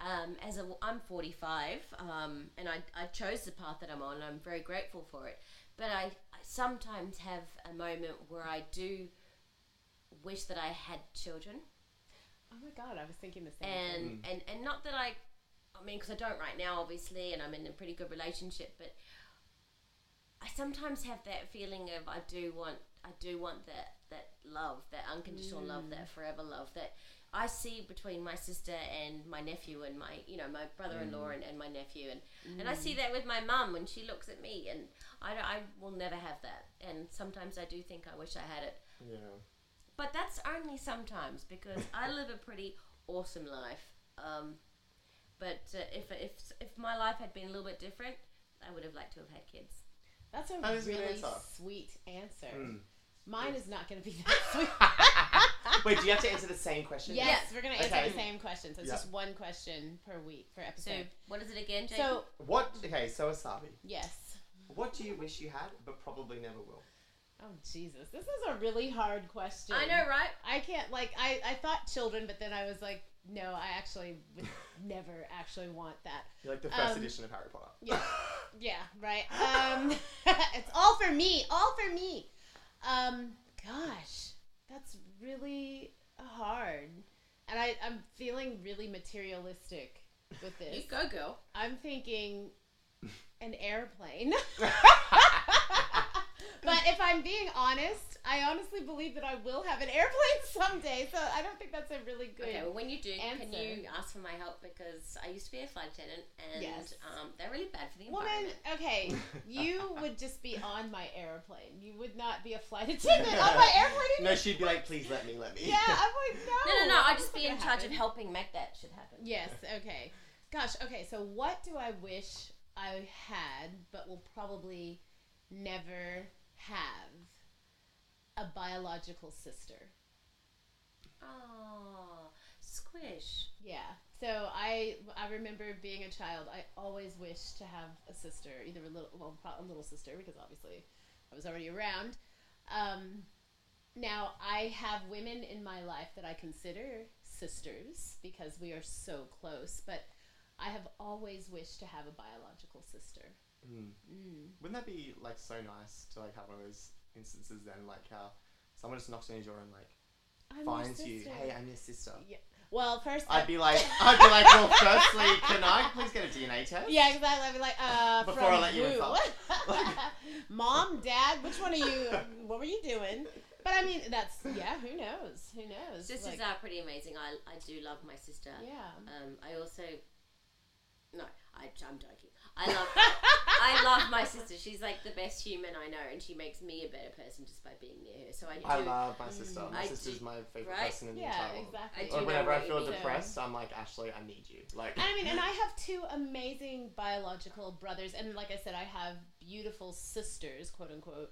um, as a, I'm 45, um, and I, I chose the path that I'm on, and I'm very grateful for it. But I, I sometimes have a moment where I do wish that I had children, Oh my god, I was thinking the same. thing. and and and not that I, I mean, because I don't right now, obviously, and I'm in a pretty good relationship, but I sometimes have that feeling of I do want I do want that that love, that unconditional love, Mm. that forever love that I see between my sister and my nephew and my you know my brother-in-law and, and my nephew and and I Mm. see that with my mum when she looks at me and I don't- I will never have that and sometimes I do think I wish I had it Yeah. but that's only sometimes because I live a pretty awesome life. Um, but uh, if, if if my life had been a little bit different, I would have liked to have had kids. That's a That is Hmm. a good really answer. sweet answer. Mine is not going to be that sweet. Wait, do you have to answer the same question? yes, we're going to answer Okay. the same questions. It's Yeah. just one question per week per So episode. what is it again, So, Jacob? What? Okay, so Asabi, yes. what do you wish you had but probably never will? Oh Jesus, this is a really hard question. I know, right? I can't like I I thought children, but then I was like, no, I actually would never actually want that. You're like the first Um, edition of Harry Potter. Yeah, yeah, right. Um, it's all for me, all for me. Um, gosh, that's really hard, and I, I'm feeling really materialistic with this. You go, girl. I'm thinking an airplane. but if I'm being honest, I honestly believe that I will have an airplane someday. So I don't think that's a really good. Okay, well, when you do, can Answer. you ask for my help? Because I used to be a flight attendant, and Yes. um, they're really bad for the Woman, environment. okay, you would just be on my airplane. You would not be a flight attendant on my airplane. No, she'd be like, please let me, let me. Yeah, I'm like, no. No, no, no. I'd that's just not be in gonna charge happen. of helping make that shit happen. Yes, okay. Gosh, okay, so what do I wish I had but will probably never have? A biological sister. Oh, squish. Yeah. So I I remember being a child. I always wished to have a sister, either a little well, pro- a little sister because obviously I was already around. Um, now I have women in my life that I consider sisters because we are so close, but I have always wished to have a biological sister. Wouldn't that be like so nice to like have one of those instances then, like how someone just knocks on your door and like I'm your finds you, sister. hey, I'm your sister. yeah. Well, first I'd be like, I'd be like, well, firstly, can I please get a DNA test? Yeah, exactly. I'd be like, uh, Before from I let you who? insult. Mom, Dad, which one are you? What were you doing? But I mean, that's yeah. Who knows? Who knows? Sisters Like, are uh, pretty amazing. I, I do love my sister. Yeah. Um, I also no, I, I'm joking. I love I love my sister. She's like the best human I know, and she makes me a better person just by being near her. So I do. I love my sister. My I sister's do- my favorite right? person in the Yeah, entire world. exactly. I do Or know whenever I what you feel mean. depressed, I'm like, Ashley, I need you. Like, And I mean, and I have two amazing biological brothers, and like I said, I have beautiful sisters, quote unquote,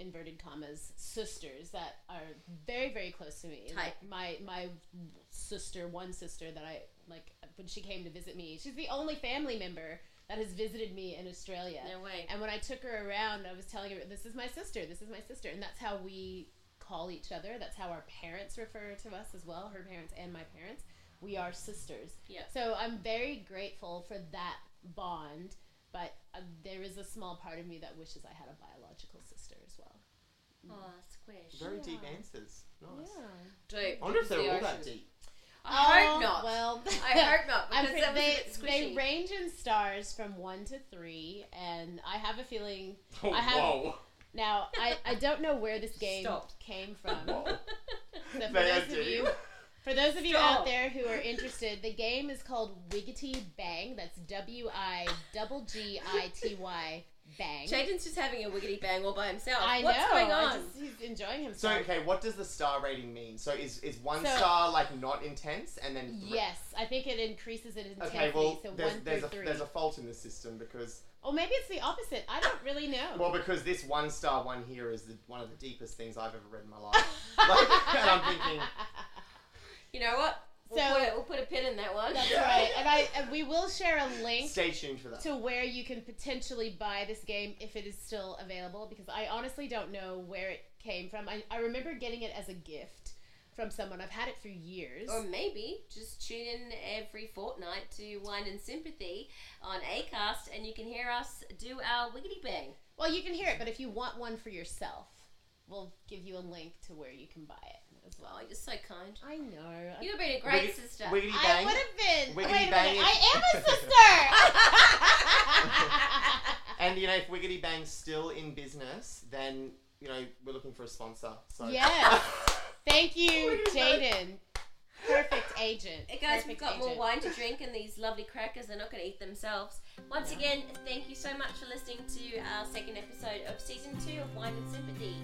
inverted commas, sisters that are very, very close to me. Like Tight. my my sister, one sister that I like when she came to visit me, she's the only family member that has visited me in Australia. No way. And when I took her around, I was telling her, "This is my sister. This is my sister," and that's how we call each other. That's how our parents refer to us as well. Her parents and my parents. We are sisters. Yeah. So I'm very grateful for that bond, but uh, there is a small part of me that wishes I had a biological sister as well. Aw, squish. very deep answers. Nice. Dude, I wonder if the they're all ocean. that deep. I Oh, hope not. Well, I hope not, I'm because pre- that was they, a bit they squishy. range in stars from one to three, and I have a feeling. Oh, I have, whoa. Now, I, I don't know where this game Stop. came from. Whoa. So for They are those of deep. you, for those of you Stop. out there who are interested, the game is called Wiggity Bang. That's W I double G I T Y Bang. Jaden's just having a wiggity bang all by himself. I What's know. going I on? just- he's enjoying So, himself. okay, what does the star rating mean? So, is, is one So- star like not intense and then. thr- yes, I think it increases it intensity. Okay, well, so there's, one there's, a, through three. there's a fault in the system because. Oh, maybe it's the opposite. I don't really know. Well, because this one star one here is the, one of the deepest things I've ever read in my life. like, and I'm thinking, You know what? We'll, So- put, a, we'll put a pin in that one. That's right. And I and we will share a link stay tuned for that. to where you can potentially buy this game if it is still available because I honestly don't know where it came from. I, I remember getting it as a gift from someone. I've had it for years. Or maybe just tune in every fortnight to Wine and Sympathy on ACAST and you can hear us do our wiggity bang. Well, you can hear it, but if you want one for yourself, we'll give you a link to where you can buy it as well. Oh, you're so kind. I know. You've been a great Wiggity- sister. Wiggity I bang. would have been. Wiggity Wait a bang minute. is- I am a sister. And you know, if Wiggity Bang's still in business, then you know we're looking for a sponsor. So yes. Thank you, Wiggity Jaden. Perfect agent. Oh Hey guys, Perfect we've got more agent. wine to drink and these lovely crackers. They're not going to eat themselves. Once again, thank you so much for listening to our second episode of season two of Wine and Sympathy.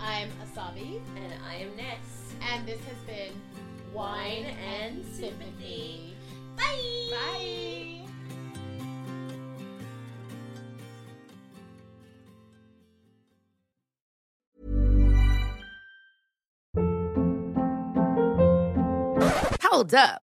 I'm Asabi, And I am Ness. and this has been Wine and Sympathy. Bye! Bye. Hold up.